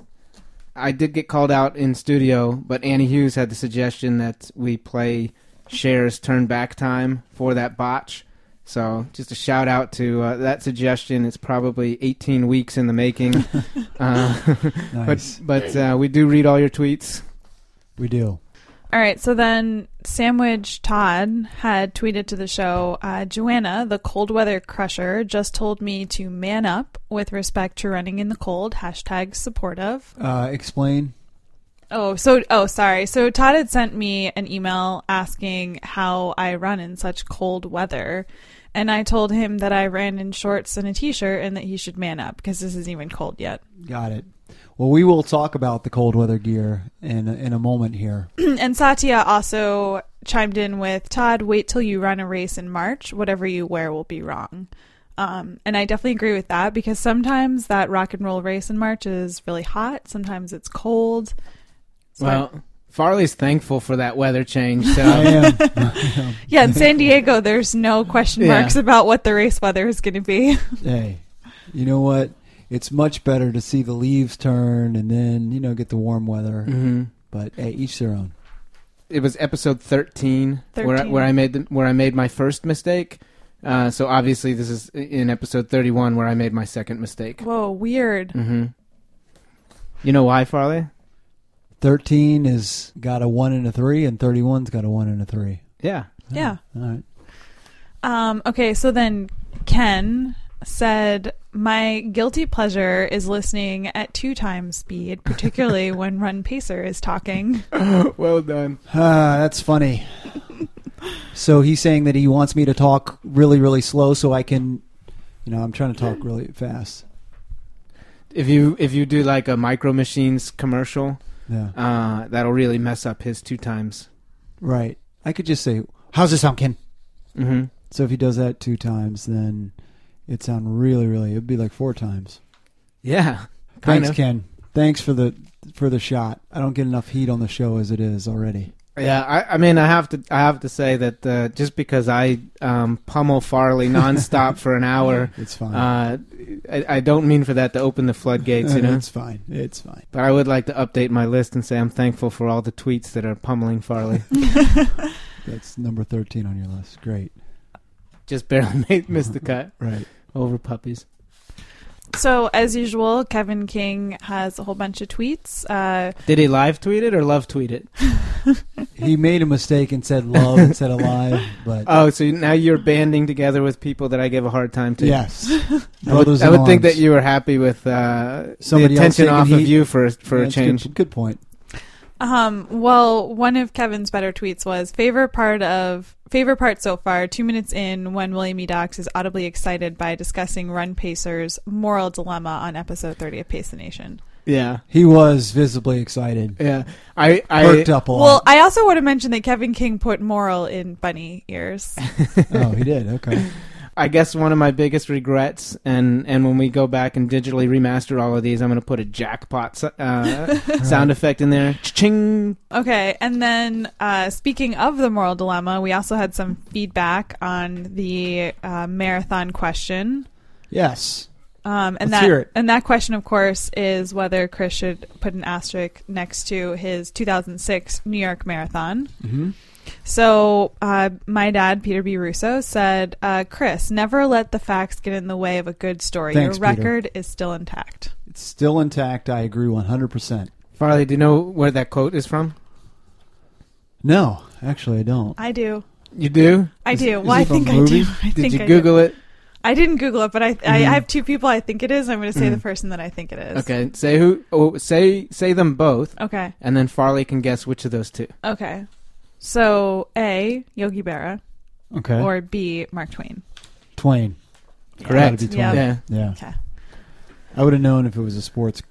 I did get called out in studio, but Annie Hughes had the suggestion that we play Cher's turn back time for that botch. So just a shout out to uh, that suggestion. It's probably 18 weeks in the making, uh,
Nice.
but but uh, we do read all your tweets.
we do.
All right, so then Sandwich Todd had tweeted to the show uh, Joanna, the cold weather crusher, just told me to man up with respect to running in the cold. Hashtag supportive.
Uh, explain.
Oh, so, oh, sorry. So Todd had sent me an email asking how I run in such cold weather. And I told him that I ran in shorts and a t shirt and that he should man up because this isn't even cold yet.
Got it. Well, we will talk about the cold weather gear in in a moment here.
And Satya also chimed in with Todd, wait till you run a race in March. Whatever you wear will be wrong. Um, and I definitely agree with that because sometimes that rock and roll race in March is really hot. Sometimes it's cold. So-
Well, Farley's thankful for that weather change. So.
I am.
yeah, in San Diego, there's no question
Yeah.
marks about what the race weather is going to be.
hey, you know what? It's much better to see the leaves turn and then you know get the warm weather.
Mhm.
But hey, each their own.
it was episode 13, where I,
13.
where I made the, where I made my first mistake. Uh, so obviously this is in episode 31 where I made my second mistake.
Whoa, weird.
hmm You know why, Farley?
Thirteen has got a one and a three, and thirty-one's got a one and a three.
Yeah.
Yeah.
All right.
Um, okay, so then Ken said, My guilty pleasure is listening at two times speed, particularly when Run Pacer is talking.
well done.
Ah, that's funny. so he's saying that he wants me to talk really, really slow so I can, you know, I'm trying to talk really fast.
If you if you do like a Micro Machines commercial,
Yeah.
uh, that'll really mess up his two times.
Right. I could just say, "How's this sound, Ken?"
hmm
So if he does that two times, then it sound really, really. It'd be like four times.
Yeah. Kind
Thanks,
of.
Ken. Thanks for the for the shot. I don't get enough heat on the show as it is already.
Yeah, I, I mean, I have to, I have to say that uh, just because I um, pummel Farley nonstop for an hour,
It's fine.
Uh, I, I don't mean for that to open the floodgates, you know.
Uh, it's fine. It's fine.
But I would like to update my list and say I'm thankful for all the tweets that are pummeling Farley.
That's number thirteen on your list. Great.
Just barely made, missed the cut
Right.
over puppies.
So, as usual, Kevin King has a whole bunch of tweets. Uh,
Did he live tweet it or love tweet it?
He made a mistake and said love instead of live, but
Oh, so now you're banding together with people that I give a hard time to.
yes,
I would,
Brothers
I
in
would think
arms.
that you were happy with uh, the
Somebody else
attention
taking
off of
heat.
you for for
Yeah,
a
it's
change.
Good, good point.
um, well, one of Kevin's better tweets was favorite part of favorite part so far. Two minutes in, when William E. Dox is audibly excited by discussing Run Pacer's moral dilemma on episode thirty of Pace the Nation.
Yeah,
He was visibly excited,
yeah. I I
perked up a
Well,
lot.
I also want to mention that Kevin King put moral in bunny ears.
oh, he did. Okay,
I guess one of my biggest regrets, and and when we go back and digitally remaster all of these, I'm going to put a jackpot so- uh, sound effect in there. Ching.
Okay, and then uh, speaking of the moral dilemma, we also had some feedback on the uh, marathon question,
yes,
um,
Let's
and that
hear it.
and that question, of course, is whether Chris
Mm-hmm.
should put an asterisk next to his 2006 New York Marathon.
Mhm.
So uh, my dad, Peter B. Russo, said, uh, "Chris, never let the facts get in the way of a good story.
Thanks,
Your
Peter.
record is still intact."
It's still intact. I agree 100%.
Farley, do you know where that quote is from?
No, actually, I don't.
I do.
You do?
I
Is-
do.
is
well,
it
I
from
think
a
I do.
movie?
I
Did
think
you
I
Google it?
I didn't Google it, but I I, I
Mhm.
have two people I think it is. I'm going to say the
Mhm.
person that I think it is.
Okay, say who? Oh, say say them both,
Okay.
and then Farley can guess which of those two.
Okay. So A. Yogi Berra
Okay.
or B. Mark Twain.
Twain.
Correct.
Gotta be
Yeah.
Twain.
Yeah.
Yeah.
Okay.
I would have known if it was a sports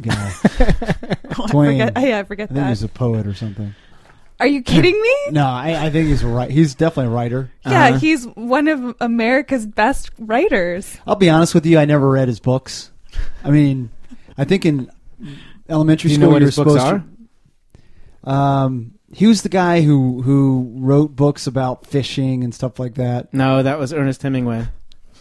guy.
Oh, I
Twain.
forget. Yeah, I forget
I think
that.
he's a poet or something.
Are you kidding me?
No, I, I think he's a right. He's definitely a writer.
Yeah,
Uh-huh.
he's one of America's best writers.
I'll be honest with you. I never read his books. I mean, I think in elementary
Do you
school
know what
you're
his books
supposed
are?
to. Um, he was the guy who who wrote books about fishing and stuff like that.
No, that was Ernest Hemingway.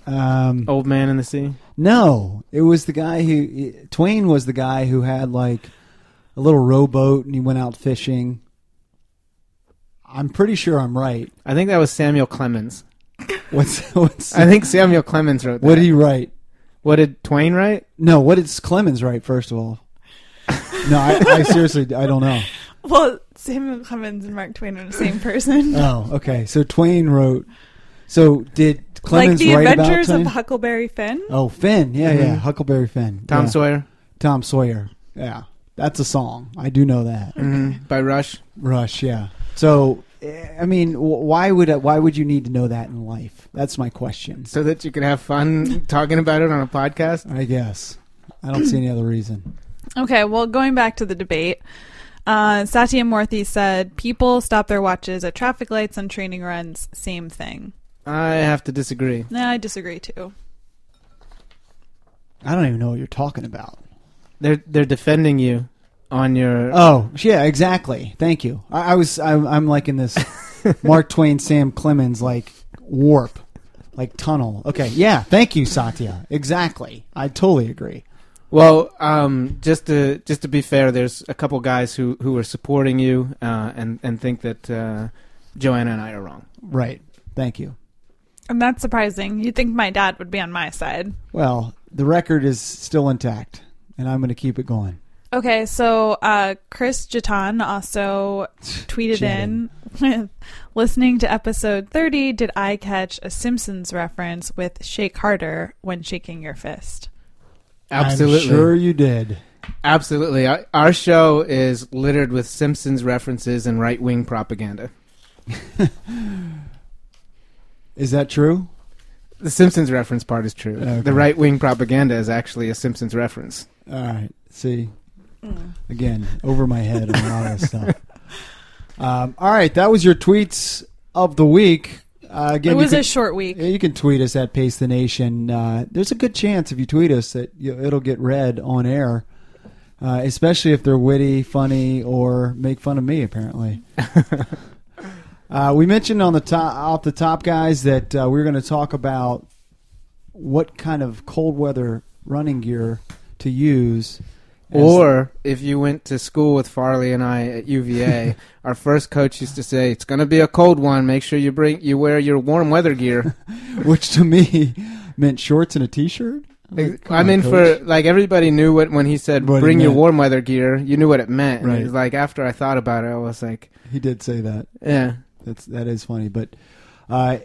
Um,
Old Man in the Sea.
No, it was the guy who Twain was the guy who had like a little rowboat and he went out fishing. I'm pretty sure I'm right.
I think that was Samuel Clemens.
What's what's
I think Samuel Clemens wrote that.
what did he write?
What did Twain write?
No, what did Clemens write first of all? No, I, I seriously I don't know.
Well, Samuel Clemens and Mark Twain are the same person.
Oh, okay. So Twain wrote. So did
like
Clemens
the
write
Adventures
about
of
Twain?
Huckleberry Finn.
oh, Finn. Yeah, yeah.
Mhm.
Huckleberry Finn.
Tom
yeah.
Sawyer
Tom Sawyer. Yeah, that's a song. I do know that.
Mm-hmm.
Mhm. by Rush.
Rush, yeah. So, eh, I mean, wh- why would uh, why would you need to know that in life? That's my question.
So that you could have fun talking about it on a podcast.
I guess I don't see any other reason.
Okay, well, going back to the debate, uh, Satya Morthy said people stop their watches at traffic lights on training runs. Same thing.
I have to disagree.
Nah, I disagree too.
I don't even know what you're talking about.
They're they're defending you on your.
Oh, yeah, exactly. Thank you. I, I was I'm, I'm like in this Mark Twain, Sam Clemens like warp, like tunnel. Okay, yeah. Thank you, Satya. Exactly. I totally agree.
Well, um, just to just to be fair, there's a couple guys who who are supporting you uh, and and think that uh, Joanna and I are wrong.
Right. Thank you.
And that's surprising. You'd think my dad would be on my side.
Well, the record is still intact, and I'm going to keep it going.
Okay, so uh, Chris Jatan also tweeted in
Jatan.
with listening to episode 30. Did I catch a Simpsons reference with shake harder when shaking your fist?
Absolutely,
I'm sure you did.
absolutely. Our, our show is littered with Simpsons references and right wing propaganda.
Is that true?
The Simpsons reference part is true.
Okay.
The right wing propaganda is actually a Simpsons reference.
All right. See,
Mm.
again, over my head on a lot of this stuff. Um, all right, that was your tweets of the week. Uh, again,
it was
you
a
can,
short week.
yeah, you can tweet us at Pace the Nation. Uh, there's a good chance if you tweet us that you, it'll get read on air, uh, especially if they're witty, funny, or make fun of me. Apparently. Uh, we mentioned on the top, off the top, guys, that uh, we were going to talk about what kind of cold weather running gear to use. as-
Or if you went to school with Farley and I at UVA, our first coach used to say, "It's going to be a cold one. Make sure you bring you wear your warm weather gear."
Oh which to me meant shorts and a t-shirt. Like, come
I
on,
mean,
coach.
for like everybody knew what when he said,
What it
"Bring your
meant.
warm weather gear," you knew what it meant. And it
Right.
was like after I thought about it, I was like,
he did say that.
"Yeah,
That's that is funny, but uh,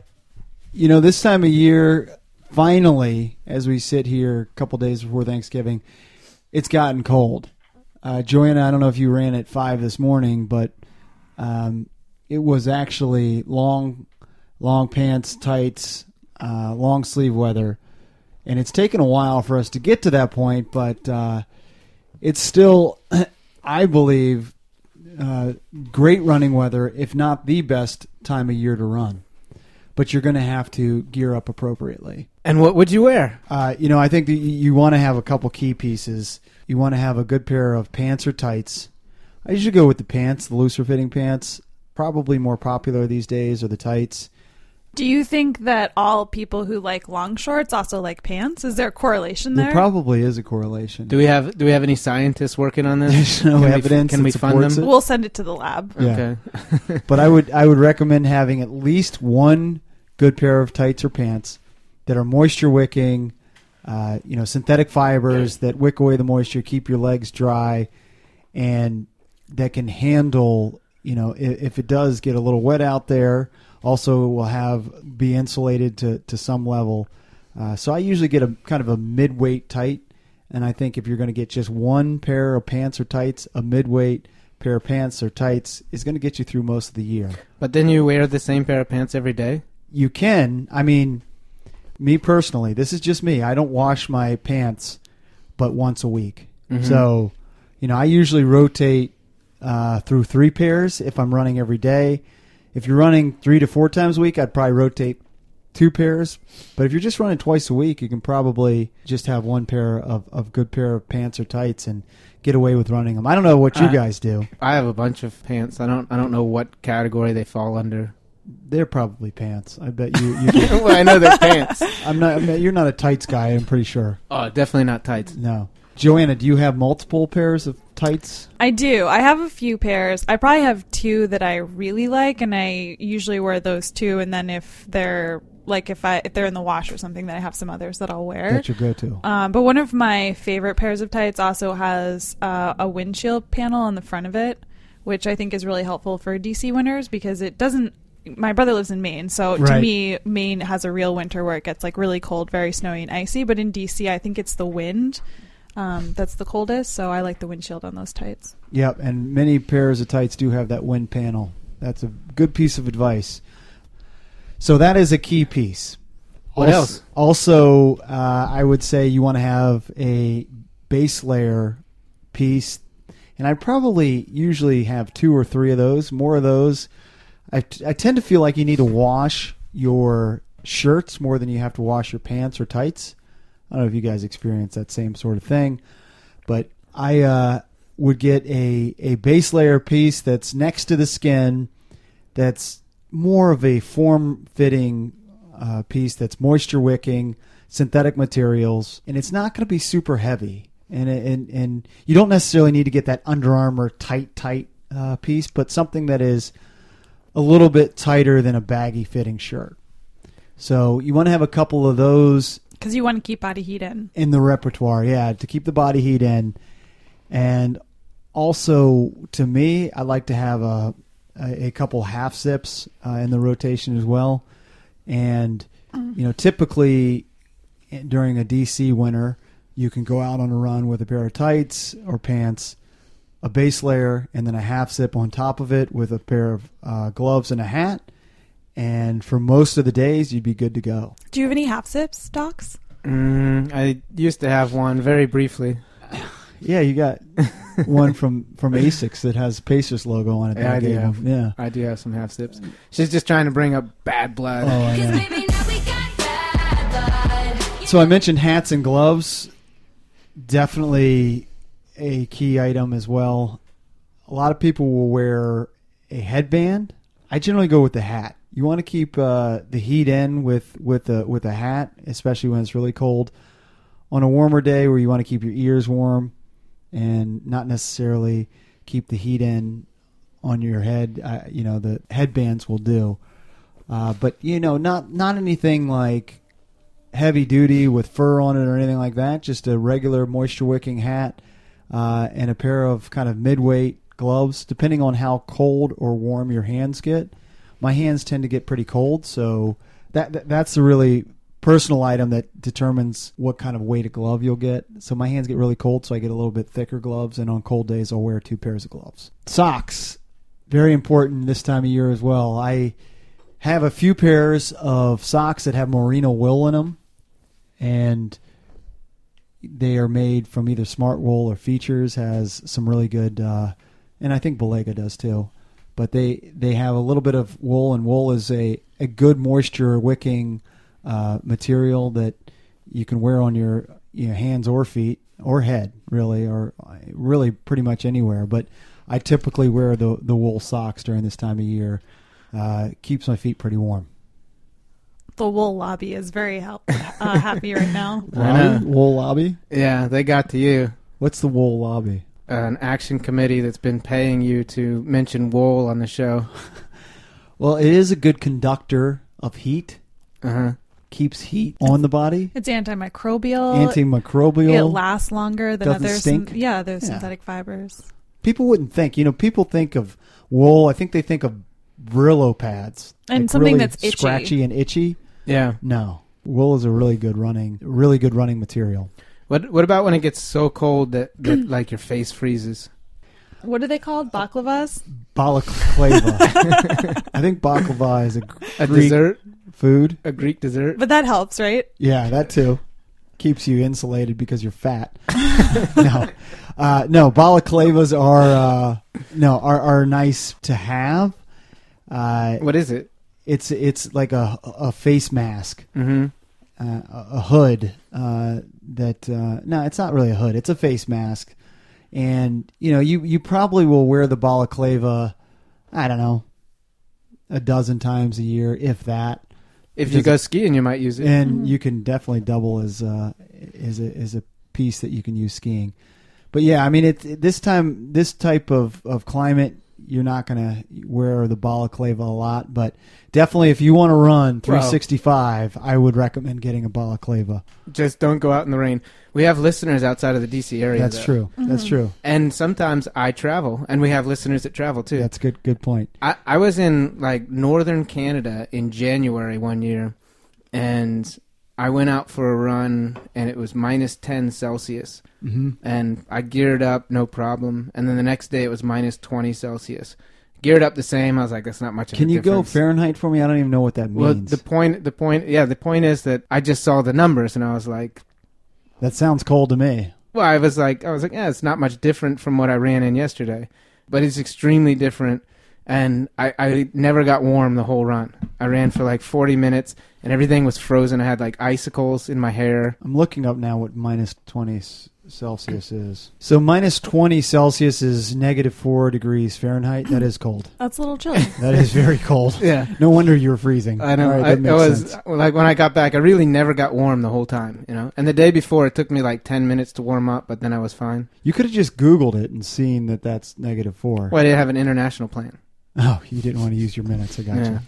you know, this time of year, finally, as we sit here a couple days before Thanksgiving, it's gotten cold. Uh, Joanna, I don't know if you ran at five this morning, but um, it was actually long, long pants, tights, uh, long sleeve weather, and it's taken a while for us to get to that point, but uh, it's still, I believe, uh, great running weather, if not the best time of year to run. But you're going to have to gear up appropriately.
and what would you wear?"
Uh, you know, I think that you, you want to have a couple key pieces. You want to have a good pair of pants or tights. I usually go with the pants, the looser fitting pants, probably more popular these days, are the tights.
Do you think that all people who like long shorts also like pants? Is there a correlation there?
There probably is a correlation.
Do we have Do we have any scientists working on this?
There's no
Can we f-
evidence
can
that
we fund
supports
them?
it.
we'll send it to the lab.
Yeah.
Okay.
but I would I would recommend having at least one good pair of tights or pants that are moisture wicking, uh, you know, synthetic fibers that wick away the moisture, keep your legs dry, and that can handle you know if, if it does get a little wet out there. Also, will have be insulated to to some level. Uh, so I usually get a kind of a mid weight tight, and I think if you're going to get just one pair of pants or tights, a mid weight pair of pants or tights is going to get you through most of the year.
But then you wear the same pair of pants every day.
You can, I mean, me personally, this is just me. I don't wash my pants but once a week. So, you know, I usually rotate uh, through three pairs if I'm running every day. If you're running three to four times a week, I'd probably rotate two pairs. But if you're just running twice a week, you can probably just have one pair of, of good pair of pants or tights and get away with running them. I don't know what you
Uh,
guys do.
I have a bunch of pants. I don't I don't know what category they fall under.
They're probably pants. I bet you. you
well, I know they're pants.
I'm not. I'm not- you're not a tights guy. I'm pretty sure.
Oh, definitely not tights.
No, Joanna, do you have multiple pairs of tights?
I do. I have a few pairs. I probably have two that I really like, and I usually wear those two. And then if they're like if I if they're in the wash or something, then I have some others that I'll wear.
That's your go-to.
Um, but one of my favorite pairs of tights also has uh, a windshield panel on the front of it, which I think is really helpful for DC winters because it doesn't. My brother lives in Maine, so to
Right.
me, Maine has a real winter where it gets like really cold, very snowy and icy. But in DC, I think it's the wind um, that's the coldest, so I like the windshield on those tights.
Yep, and many pairs of tights do have that wind panel. That's a good piece of advice. So that is a key piece.
What
Also-
else?
Also, uh, I would say you want to have a base layer piece, and I probably usually have two or three of those. More of those, I, t- I tend to feel like you need to wash your shirts more than you have to wash your pants or tights. I don't know if you guys experience that same sort of thing, but I uh, would get a, a base layer piece that's next to the skin that's more of a form fitting uh, piece that's moisture wicking, synthetic materials, and it's not going to be super heavy. And, and, and you don't necessarily need to get that Under Armour tight, tight uh, piece, but something that is a little bit tighter than a baggy fitting shirt. So you want to have a couple of those
Because you want to keep body heat in.
in the repertoire, yeah, to keep the body heat in, and also to me, I like to have a a, a couple half zips uh, in the rotation as well, and you know, typically eh, during a DC winter, you can go out on a run with a pair of tights or pants, a base layer, and then a half zip on top of it with a pair of uh, gloves and a hat. And for most of the days, you'd be good to go.
Do you have any half zips, docs?
Mm, I used to have one very briefly.
Yeah, you got one from from Asics that has Pacers logo on it. that
Yeah, I do
gave
have.
him. Yeah.
I do have some half zips. She's just trying to bring up bad
Oh,
blood.
I
Cause
know.
baby, now we got bad blood.
So I mentioned hats and gloves. Definitely a key item as well. A lot of people will wear a headband. I generally go with the hat. You want to keep uh, the heat in with with a with a hat, especially when it's really cold. On a warmer day, where you want to keep your ears warm, and not necessarily keep the heat in on your head. I, you know, the headbands will do. Uh, but you know, not not anything like heavy duty with fur on it or anything like that. Just a regular moisture wicking hat uh, and a pair of kind of mid weight gloves, depending on how cold or warm your hands get. My hands tend to get pretty cold, so that, that that's the really personal item that determines what kind of weight of glove you'll get. So my hands get really cold, so I get a little bit thicker gloves, and on cold days I'll wear two pairs of gloves. Socks, very important this time of year as well. I have a few pairs of socks that have merino wool in them, and they are made from either smart wool or features has some really good, uh, and I think Belega does too. But they they have a little bit of wool, and wool is a a good moisture wicking uh, material that you can wear on your you know, hands or feet or head, really, or uh, really pretty much anywhere. But I typically wear the the wool socks during this time of year uh, keeps my feet pretty warm.
the wool lobby is very help, uh, happy right now.
know.
Lobby? Wool lobby?
Yeah, they got to you.
What's the wool lobby?
An action committee that's been paying you to mention wool on the show.
Well, it is a good conductor of heat,
Uh huh.
keeps heat on the body,
It's antimicrobial. it
antimicrobial.
lasts longer than
Doesn't
other
stink?
syn- yeah, there's
Yeah.
synthetic fibers.
People wouldn't think, you know, people think of wool, I think they think of Brillo pads.
And something
really
that's itchy.
scratchy and itchy.
Yeah.
No. Wool is a really good running, really good running material.
What What about when it gets so cold that, that like your face freezes?
What are they called? Baklavas?
Balaclava. I think baklava is a
A
Greek
dessert,
food.
a Greek dessert.
But that helps, right?
Yeah, that too. Keeps you insulated because you're fat. no, uh, no, balaclavas are uh, no are, are nice to have. Uh,
What is it?
it's it's like a a face mask,
Mm-hmm.
uh, a a hood uh, that uh, no, it's not really a hood. It's a face mask, and you know you you probably will wear the balaclava. I don't know, a dozen times a year, if that.
If you go skiing, you might use it. Mm-hmm.
and you can definitely double as uh, as a, as a piece that you can use skiing. But yeah, I mean, it, it- this time this type of, of climate, you're not gonna wear the balaclava a lot. But definitely, if you want to run 365, I would recommend getting a balaclava.
Just don't go out in the rain. We have listeners outside of the DC area.
That's
though.
true.
Mm-hmm.
That's true.
And sometimes I travel, and we have listeners that travel too.
That's good. Good point.
I, I was in like northern Canada in January one year, and I went out for a run, and it was minus ten Celsius,
Mm-hmm.
and I geared up no problem, and then the next day it was minus twenty Celsius. Geared up the same, I was like, that's not much. Of
Can
a
you go
difference.
Fahrenheit for me? I don't even know what that
Well,
means.
the point, the point, yeah, the point is that I just saw the numbers, and I was like,
that sounds cold to me.
well, I was like, I was like, yeah, it's not much different from what I ran in yesterday, but it's extremely different. And I, I never got warm the whole run. I ran for like 40 minutes and everything was frozen. I had like icicles in my hair.
I'm looking up now what minus 20 s- Celsius is. So minus 20 Celsius is negative 4 degrees Fahrenheit. That is cold.
That's a little chilly.
That is very cold.
Yeah.
No wonder you were freezing.
I know.
All right,
I,
that makes
I was
sense.
like when I got back, I really never got warm the whole time, you know. And the day before, it took me like 10 minutes to warm up, but then I was fine.
You could have just Googled it and seen that that's negative 4.
Well, I didn't have an international plan.
Oh, you didn't want to use your minutes. I got you.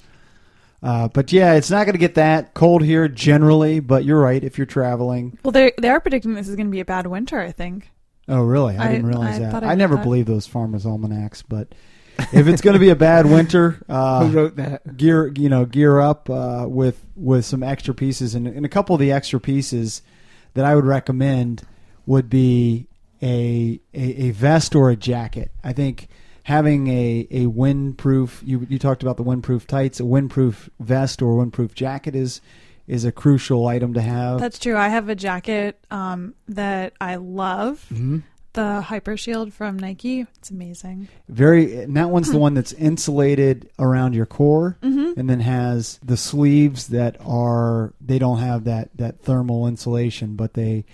Uh, but yeah, it's not going to get that cold here generally, but you're right if you're traveling.
well, they they are predicting this is going to be a bad winter. I think.
Oh, really? I,
I-
didn't realize
I
that.
thought
I,
I
never
thought-
believe those farmers' almanacs, but if it's going to be a bad winter, uh,
Who wrote that?
gear you know gear up uh, with with some extra pieces and, and a couple of the extra pieces that I would recommend would be a a, a vest or a jacket. I think having a, a windproof you you talked about the windproof tights, a windproof vest or windproof jacket is is a crucial item to have.
That's true. I have a jacket um, that I love,
Mm-hmm.
the Hyper Shield from Nike. It's amazing.
Very and that one's the one that's insulated around your core
Mm-hmm.
and then has the sleeves that are they don't have that that thermal insulation, but they,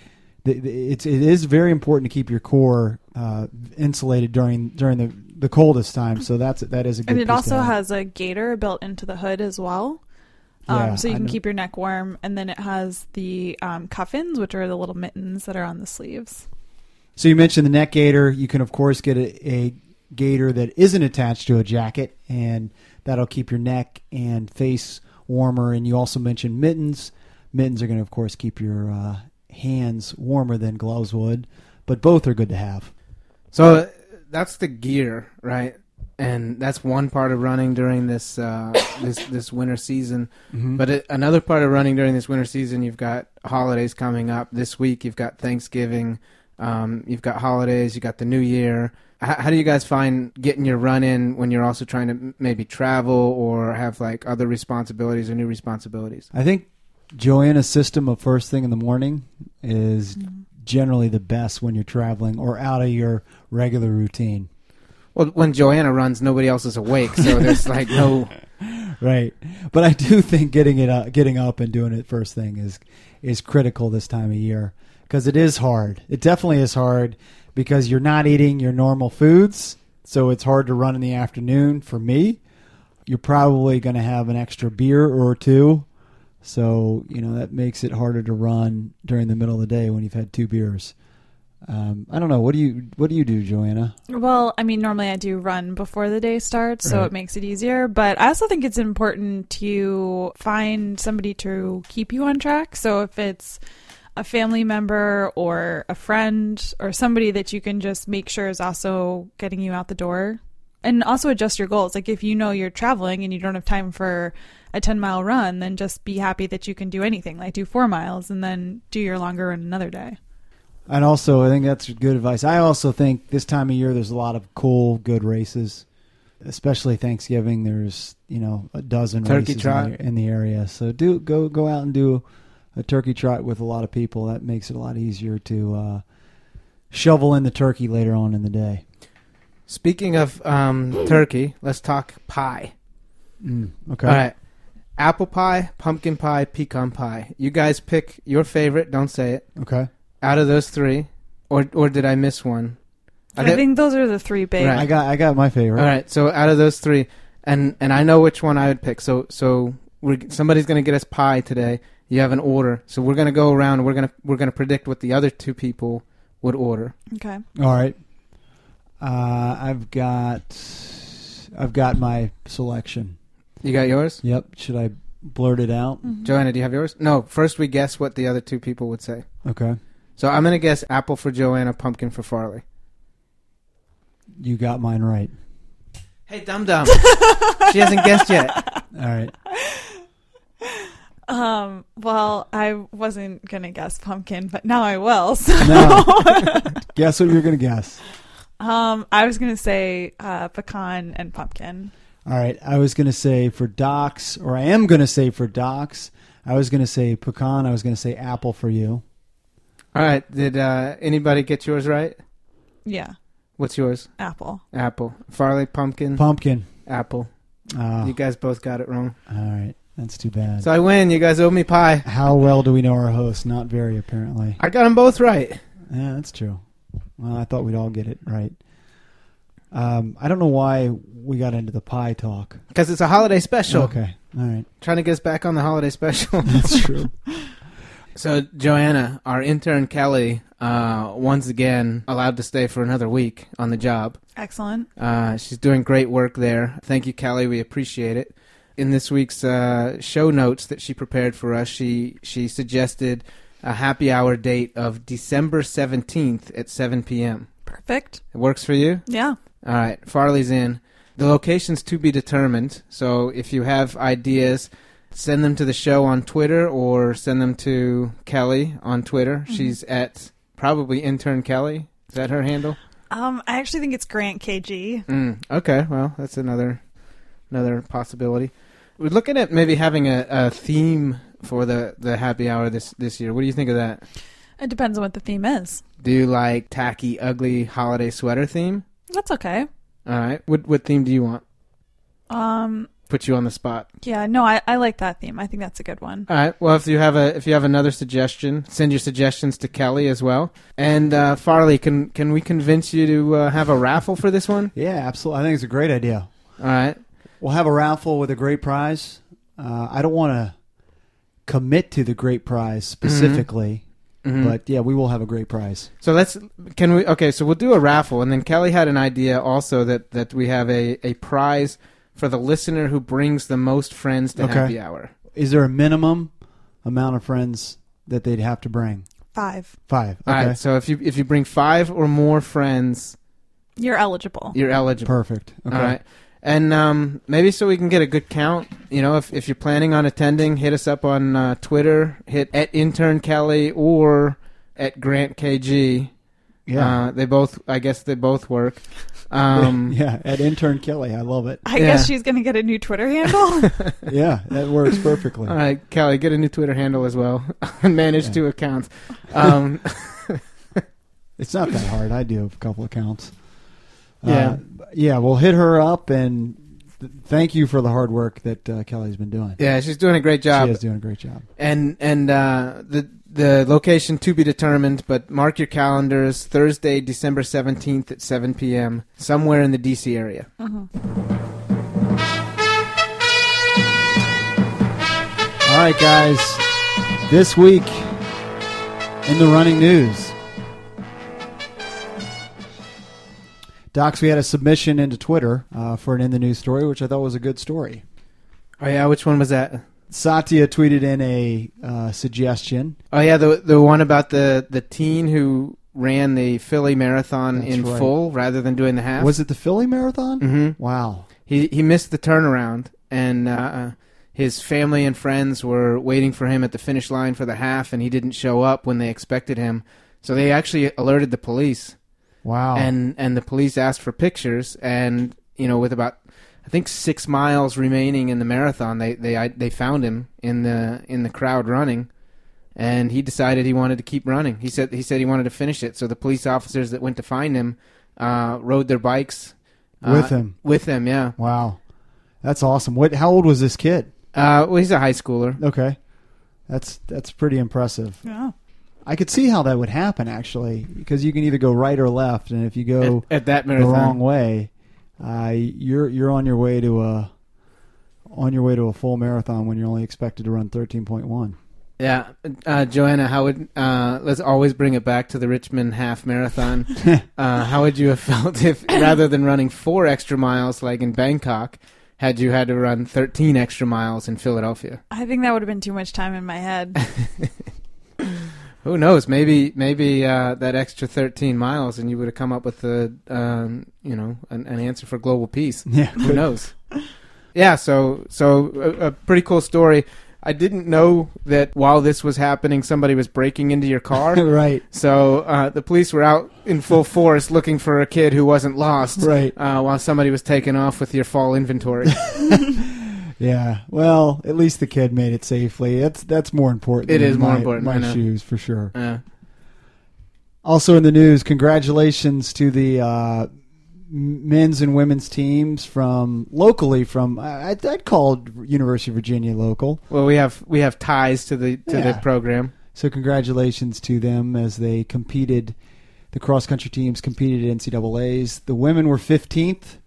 they it's it is very important to keep your core uh, insulated during during the the coldest time. So that's that is a good.
And
piece
it
to
also
have.
has a gator built into the hood as well.
Yeah,
um, so
I
you can
know.
keep your neck warm. And then it has the um, cuffins, which are the little mittens that are on the sleeves.
So you mentioned the neck gaiter. You can of course get a, a gaiter that isn't attached to a jacket, and that'll keep your neck and face warmer. And you also mentioned mittens. Mittens are going to of course keep your uh, hands warmer than gloves would, but both are good to have.
So uh, that's the gear, right? And that's one part of running during this uh, this this winter season. But it, another part of running during this winter season, you've got holidays coming up this week. You've got Thanksgiving. Um, you've got holidays. You got the New Year. H- how do you guys find getting your run in when you're also trying to m- maybe travel or have like other responsibilities or new responsibilities?
I think Joanna's system of first thing in the morning is generally the best when you're traveling or out of your regular routine.
Well, when Joanna runs, nobody else is awake, so there's like no.
right. But I do think getting it up, getting up and doing it first thing is is critical this time of year because it is hard. It definitely is hard because you're not eating your normal foods, so it's hard to run in the afternoon for me. You're probably going to have an extra beer or two So you know that makes it harder to run during the middle of the day when you've had two beers. Um, I don't know. What do you What do you do, Joanna?
Well, I mean, normally I do run before the day starts, so
Right.
it makes it easier. But I also think it's important to find somebody to keep you on track. So if it's a family member or a friend or somebody that you can just make sure is also getting you out the door. And also adjust your goals. Like if you know you're traveling and you don't have time for a 10 mile run, then just be happy that you can do anything, like do four miles and then do your longer run another day.
And also, I think that's good advice. I also think this time of year there's a lot of cool, good races, especially Thanksgiving. There's you know a dozen
Turkey
races
trot.
In, the, in the area, so do go go out and do a turkey trot with a lot of people. That makes it a lot easier to uh, shovel in the turkey later on in the day.
Speaking of um, turkey, let's talk pie.
Mm, okay,
All right. Apple pie, pumpkin pie, pecan pie. You guys pick your favorite, don't say it,
okay.
out of those three. Or or did I miss one?
I,
thi-
think those are the three big
Right.
I got I got my favorite.
All right, so out of those three, and and I know which one I would pick. So so we're, somebody's gonna get us pie today. You have an order, so we're gonna go around. We're gonna we're gonna predict what the other two people would order.
Okay.
All right. Uh, I've got I've got my selection.
You got yours,
Yep. Should I blurt it out?
Joanna? Do you have yours? No. First, we guess what the other two people would say.
Okay.
So I'm gonna guess apple for Joanna, pumpkin for Farley.
You got mine right.
Hey, dum dum. she hasn't guessed yet.
All right.
Um, well, I wasn't going to guess pumpkin, but now I will. So,
Now, guess what you're going to guess.
um, I was going to say uh, pecan and pumpkin.
All right. I was going to say for docs, or I am going to say for docs, I was going to say pecan. I was going to say apple for you.
All right. Did uh, anybody get yours right?
Yeah,
What's yours?
apple.
Apple. Farley, pumpkin.
Pumpkin.
apple.
Ah,
You guys both got it wrong.
all right. That's too bad.
So I win. You guys owe me pie.
How well do we know our host? Not very, apparently.
I got them both right.
Yeah, that's true. Well, I thought we'd all get it right. Um, I don't know why we got into the pie talk.
Because it's a holiday special.
Okay. All right.
Trying to get us back on the holiday special.
That's true.
so, Joanna, our intern Kelly, uh, once again allowed to stay for another week on the job.
Excellent.
Uh, she's doing great work there. Thank you, Kelly. We appreciate it. In this week's uh, show notes that she prepared for us, she she suggested a happy hour date of December seventeenth at seven p.m.
Perfect.
It works for you.
Yeah.
All right, Farley's in. The location's to be determined. So if you have ideas, send them to the show on Twitter or send them to Kelly on Twitter. She's at probably intern Kelly. Is that her handle?
Um, I actually think it's Grant KG.
Mm, okay, well that's another another possibility. We're looking at maybe having a, a theme for the, the happy hour this this year. What do you think of that?
It depends on what the theme is.
Do you like tacky, ugly holiday sweater theme?
That's okay.
All right. What what theme do you want?
Um,
Put you on the spot.
yeah, no, I, I like that theme. I think that's a good one.
All right. Well, if you have a if you have another suggestion, send your suggestions to Kelly as well. And uh, Farley, can can we convince you to uh, have a raffle for this one?
Yeah, absolutely. I think it's a great idea.
All right.
We'll have a raffle with a great prize. Uh, I don't want to commit to the great prize
Mm-hmm.
specifically, but yeah, we will have a great prize.
So let's can we okay. So we'll do a raffle, and then Kelly had an idea also that that we have a a prize for the listener who brings the most friends to
Okay.
happy hour.
Is there a minimum amount of friends that they'd have to bring?
Five.
Five. Okay.
All right. So if you if you bring five or more friends,
You're eligible.
you're eligible.
Perfect. Okay.
All right. And um, maybe so we can get a good count. You know, if, if you're planning on attending, hit us up on uh, Twitter. Hit at intern Kelly or at Grant KG.
Yeah.
Uh, they both. I guess they both work. Um,
yeah. At intern Kelly, I love it.
I guess
yeah.
she's going to get a new Twitter handle.
Yeah, that works perfectly.
All right, Kelly, get a new Twitter handle as well. Manage
Yeah.
two accounts. Um,
It's not that hard. I do have a couple accounts.
Yeah.
Uh, yeah, we'll hit her up and th- thank you for the hard work that uh, Kelly's been doing.
yeah, she's doing a great job.
She is doing a great job.
and and uh, the the location to be determined. But mark your calendars Thursday, December seventeenth at seven p.m. somewhere in the D.C. area.
All right, guys. This week in the running news. Docs, we had a submission into Twitter uh, for an in the news story, which I thought was a good story.
Oh yeah, which one was that?
Satya tweeted in a uh, suggestion.
Oh yeah, the the one about the the teen who ran the Philly marathon
That's
in
right.
full rather than doing the half.
Was it the Philly Marathon?
Mhm.
Wow.
he he missed the turnaround, and uh, his family and friends were waiting for him at the finish line for the half, and he didn't show up when they expected him. So they actually alerted the police,
Wow.
and and the police asked for pictures, and you know with about I think six miles remaining in the marathon, they they I, they found him in the in the crowd running. And he decided he wanted to keep running. He said he said he wanted to finish it. So the police officers that went to find him uh, rode their bikes uh,
With him.
With him, yeah.
wow. That's awesome. What? How old was this kid?
Uh, well, he's a high schooler.
Okay. That's that's pretty impressive.
Yeah.
I could see how that would happen actually, because you can either go right or left, and if you go
At, at that
the
marathon,
wrong way, uh, you're you're on your way to a on your way to a full marathon when you're only expected to run 13.1.
yeah, uh, Joanna, how would uh, let's always bring it back to the Richmond half marathon? uh, how would you have felt if, rather than running four extra miles like in Bangkok, had you had to run thirteen extra miles in Philadelphia?
I think that would have been too much time in my head.
Who knows? Maybe maybe uh, that extra thirteen miles, and you would have come up with a um, you know an, an answer for global peace.
Yeah,
Who knows? yeah, so so a, a pretty cool story. I didn't know that while this was happening, somebody was breaking into your car.
right,
so uh, the police were out in full force looking for a kid who wasn't lost.
right.
Uh, while somebody was taking off with your fall inventory.
Yeah. Well, at least the kid made it safely. That's that's more important.
It
than
is more
my-
important, I
My
know.
shoes for sure.
uh,
Also in the news, congratulations to the uh, m- men's and women's teams from locally from I, I'd- I'd call University of Virginia local.
well, we have we have ties to the to
Yeah.
the program.
So congratulations to them as they competed. The cross country teams competed at NCAA's. The women were 15th.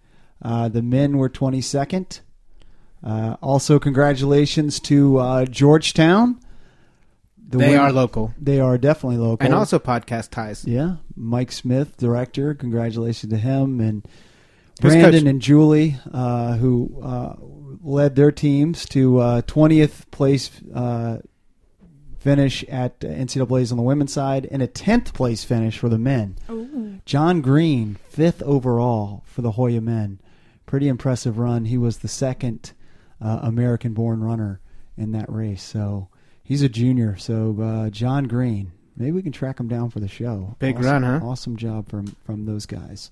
Uh, the men were 22nd. Uh, also, congratulations to uh, Georgetown. The
they
women-
are local
They are definitely local.
and also podcast ties.
yeah, Mike Smith, director. Congratulations to him and
Who's
Brandon
coach?
and Julie, uh, who uh, led their teams to uh, twentieth place uh, finish at NCAA's on the women's side and a tenth place finish for the men. John Green, fifth overall for the Hoya men. Pretty impressive run. He was the second uh, American-born runner in that race. So he's a junior. So uh, John Green. Maybe we can track him down for the show.
Big
Awesome-
run, huh?
Awesome job from from those guys.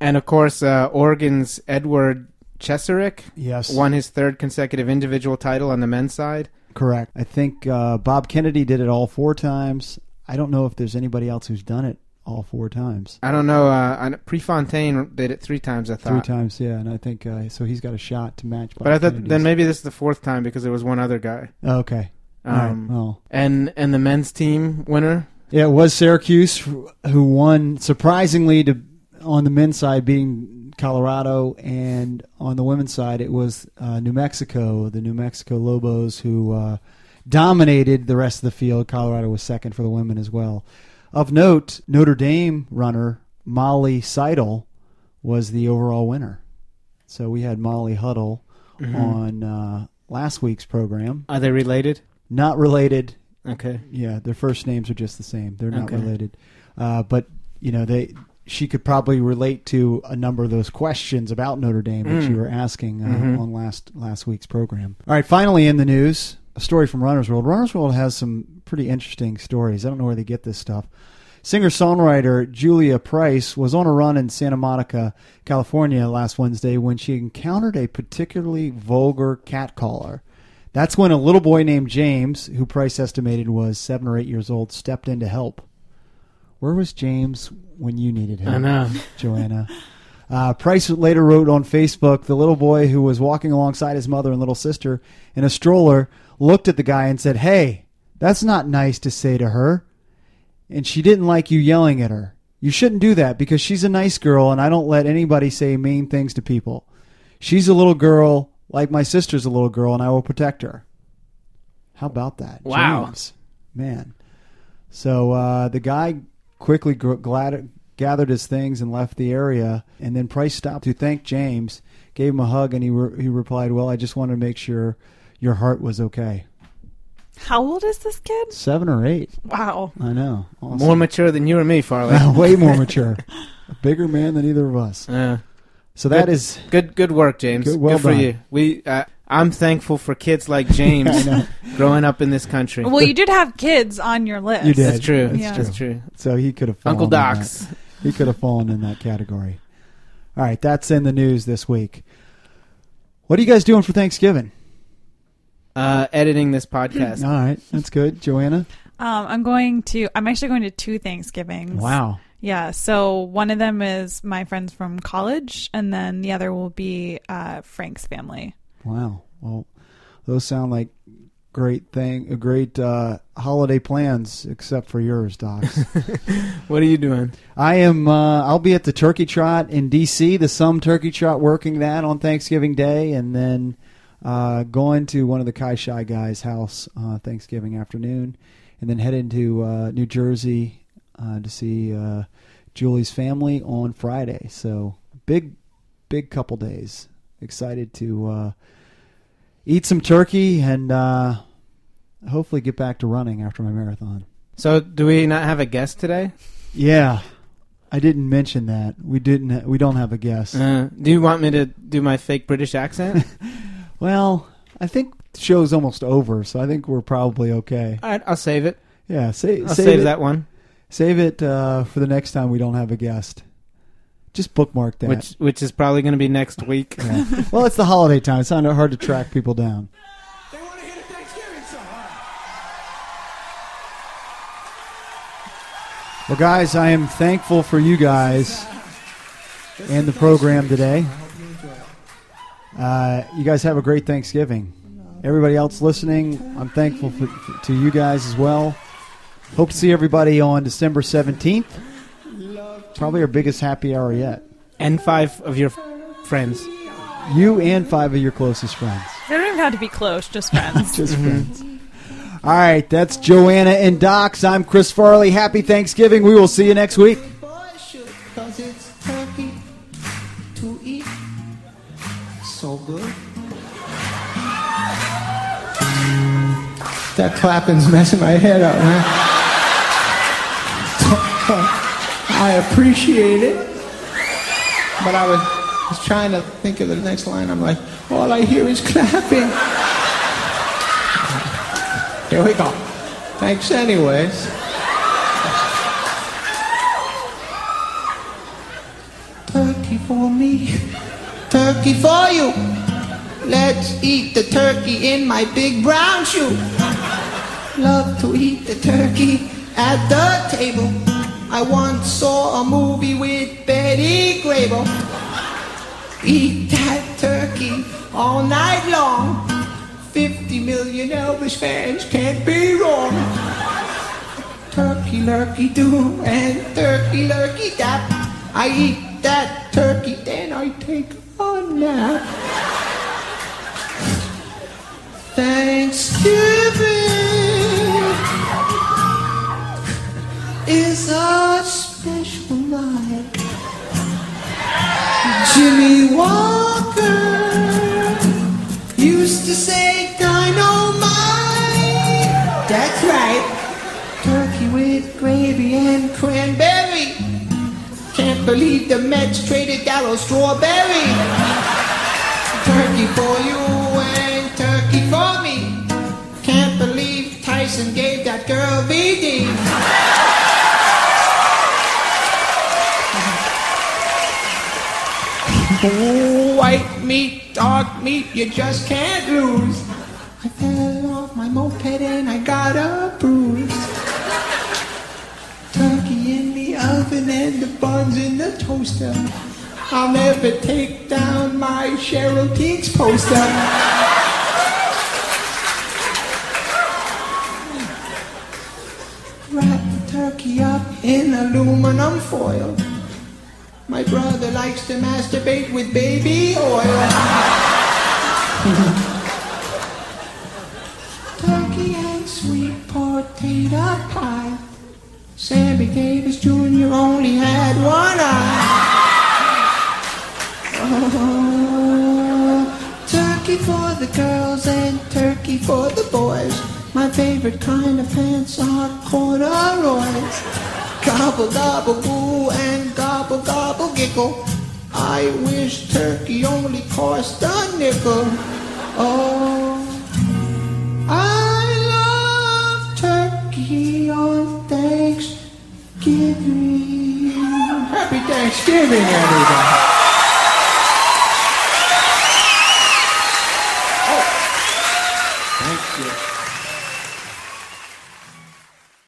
And of course, uh, Oregon's Edward Cheserek
Yes,
won his third consecutive individual title on the men's side.
Correct. I think uh, Bob Kennedy did it all four times. I don't know if there's anybody else who's done it all four times.
I don't know. Uh, I, Prefontaine did it three times, I
Three
thought.
times, yeah, and I think uh, so. He's got a shot to match. Bob
But I thought
Kennedy's.
then maybe this is the fourth time because there was one other guy.
okay. All right.
Um,
Well,
And and the men's team winner.
yeah, it was Syracuse who won surprisingly to on the men's side, beating Colorado, and on the women's side, it was uh, New Mexico, the New Mexico Lobos, who uh, dominated the rest of the field. Colorado was second for the women as well. Of note, Notre Dame runner Molly Seidel was the overall winner. So we had Molly Huddle on uh, last week's program.
Are they related?
Not related
Okay.
yeah, their first names are just the same. They're not
Okay.
related. Uh, but you know, they she could probably relate to a number of those questions about Notre Dame that you were asking uh, on last last week's program. All right, finally in the news, a story from Runner's World. Runner's World has some pretty interesting stories. I don't know where they get this stuff. Singer songwriter Julia Price was on a run in Santa Monica, California last Wednesday when she encountered a particularly vulgar catcaller. That's when a little boy named James, who Price estimated was seven or eight years old, stepped in to help. Where was James when you needed him?
I know.
Joanna. Uh, Price later wrote on Facebook the little boy who was walking alongside his mother and little sister in a stroller looked at the guy and said, Hey, that's not nice to say to her. And she didn't like you yelling at her. You shouldn't do that because she's a nice girl and I don't let anybody say mean things to people. She's a little girl like my sister's a little girl and I will protect her. How about that?
Wow.
James. Man. So uh, the guy quickly gr- glad- gathered his things and left the area. And then Price stopped to thank James, gave him a hug, and he, re- he replied, Well, I just wanted to make sure your heart was okay.
How old is this kid?
Seven or eight.
Wow.
I know. Awesome.
More mature than you or me, Farley.
Way more mature. A bigger man than either of us.
Yeah.
So that is.
Uh, Good, good work, James.
Good-
Good,
well
for
done.
you. We, uh, I'm thankful for kids like James growing up in this country.
Well, you did have kids on your list.
You did.
that's true.
That's
Yeah.
true.
That's true.
So he could have fallen
Uncle
in that.
Doc's.
He could have fallen in that category. All right, that's in the news this week. What are you guys doing for Thanksgiving?
Uh, editing this podcast.
All right, that's good, Joanna.
Um, I'm going to. I'm actually going to two Thanksgivings.
Wow,
Yeah. So one of them is my friends from college, and then the other will be uh, Frank's family.
wow. Well, those sound like great thing, great uh, holiday plans, except for yours, Docs.
What are you doing?
I am. Uh, I'll be at the Turkey Trot in D.C. The Sum Turkey Trot, working that on Thanksgiving Day, and then uh, going to one of the Kai Shy guys' house uh, Thanksgiving afternoon, and then head into uh, New Jersey uh, to see uh, Julie's family on Friday. So big, big couple days. Excited to uh, eat some turkey and uh, hopefully get back to running after my marathon.
So, do we not have a guest today?
Yeah, I didn't mention that. We didn't. Ha- we don't have a guest.
Uh, do you want me to do my fake British accent?
Well, I think the show's almost over, so I think we're probably okay.
All right, I'll save it.
Yeah, save,
I'll
save,
save
it,
that one.
Save it uh, for the next time we don't have a guest. Just bookmark that.
Which which is probably going to be next week.
Yeah. well, it's the holiday time. It's not hard to track people down.
They want to hear the Thanksgiving song.
Well, guys, I am thankful for you guys and the program today. Uh, you guys have a great Thanksgiving. Everybody else listening, I'm thankful for, to you guys as well. Hope to see everybody on December 17th. Probably our biggest happy hour yet.
and five of your f- friends.
You and five of your closest friends.
They don't even have to be close, just friends.
Just friends. All right, that's Joanna and Docs. I'm Chris Farley. Happy Thanksgiving. We will see you next week.
Good boy should, cause it's turkey to eat. So good. That clapping's messing my head up, man. I appreciate it. But I was, was trying to think of the next line. I'm like, all I hear is clapping. Here we go. Thanks, anyways. Turkey for me. Turkey for you. Let's eat the turkey in my big brown shoe. Love to eat the turkey at the table. I once saw a movie with Betty Grable. Eat that turkey all night long. 50 million Elvis fans can't be wrong. Turkey lurkey do and turkey lurkey dap. I eat that turkey, then I take a nap. Thanksgiving is a special night. Jimmy Walker used to say dynamite. That's right. Turkey with gravy and cranberry. Can't believe the Mets traded Darryl Strawberry. Turkey for you and turkey for me. Can't believe Tyson gave that girl BD. Ooh, white meat, dark meat, you just can't lose. I fell off my moped and I got a bruise. Turkey in the oven and the buns in the toaster. I'll never take down my Cheryl Teague's poster. Wrap the turkey up in aluminum foil. My brother likes to masturbate with baby oil. Turkey potato pie. Sammy Davis Jr. only had one eye. Oh, turkey for the girls and turkey for the boys. My favorite kind of pants are corduroys. Gobble, gobble, goo, and gobble, gobble, giggle. I wish turkey only cost a nickel. Oh, I love turkey on Thanksgiving. Happy Thanksgiving, everybody.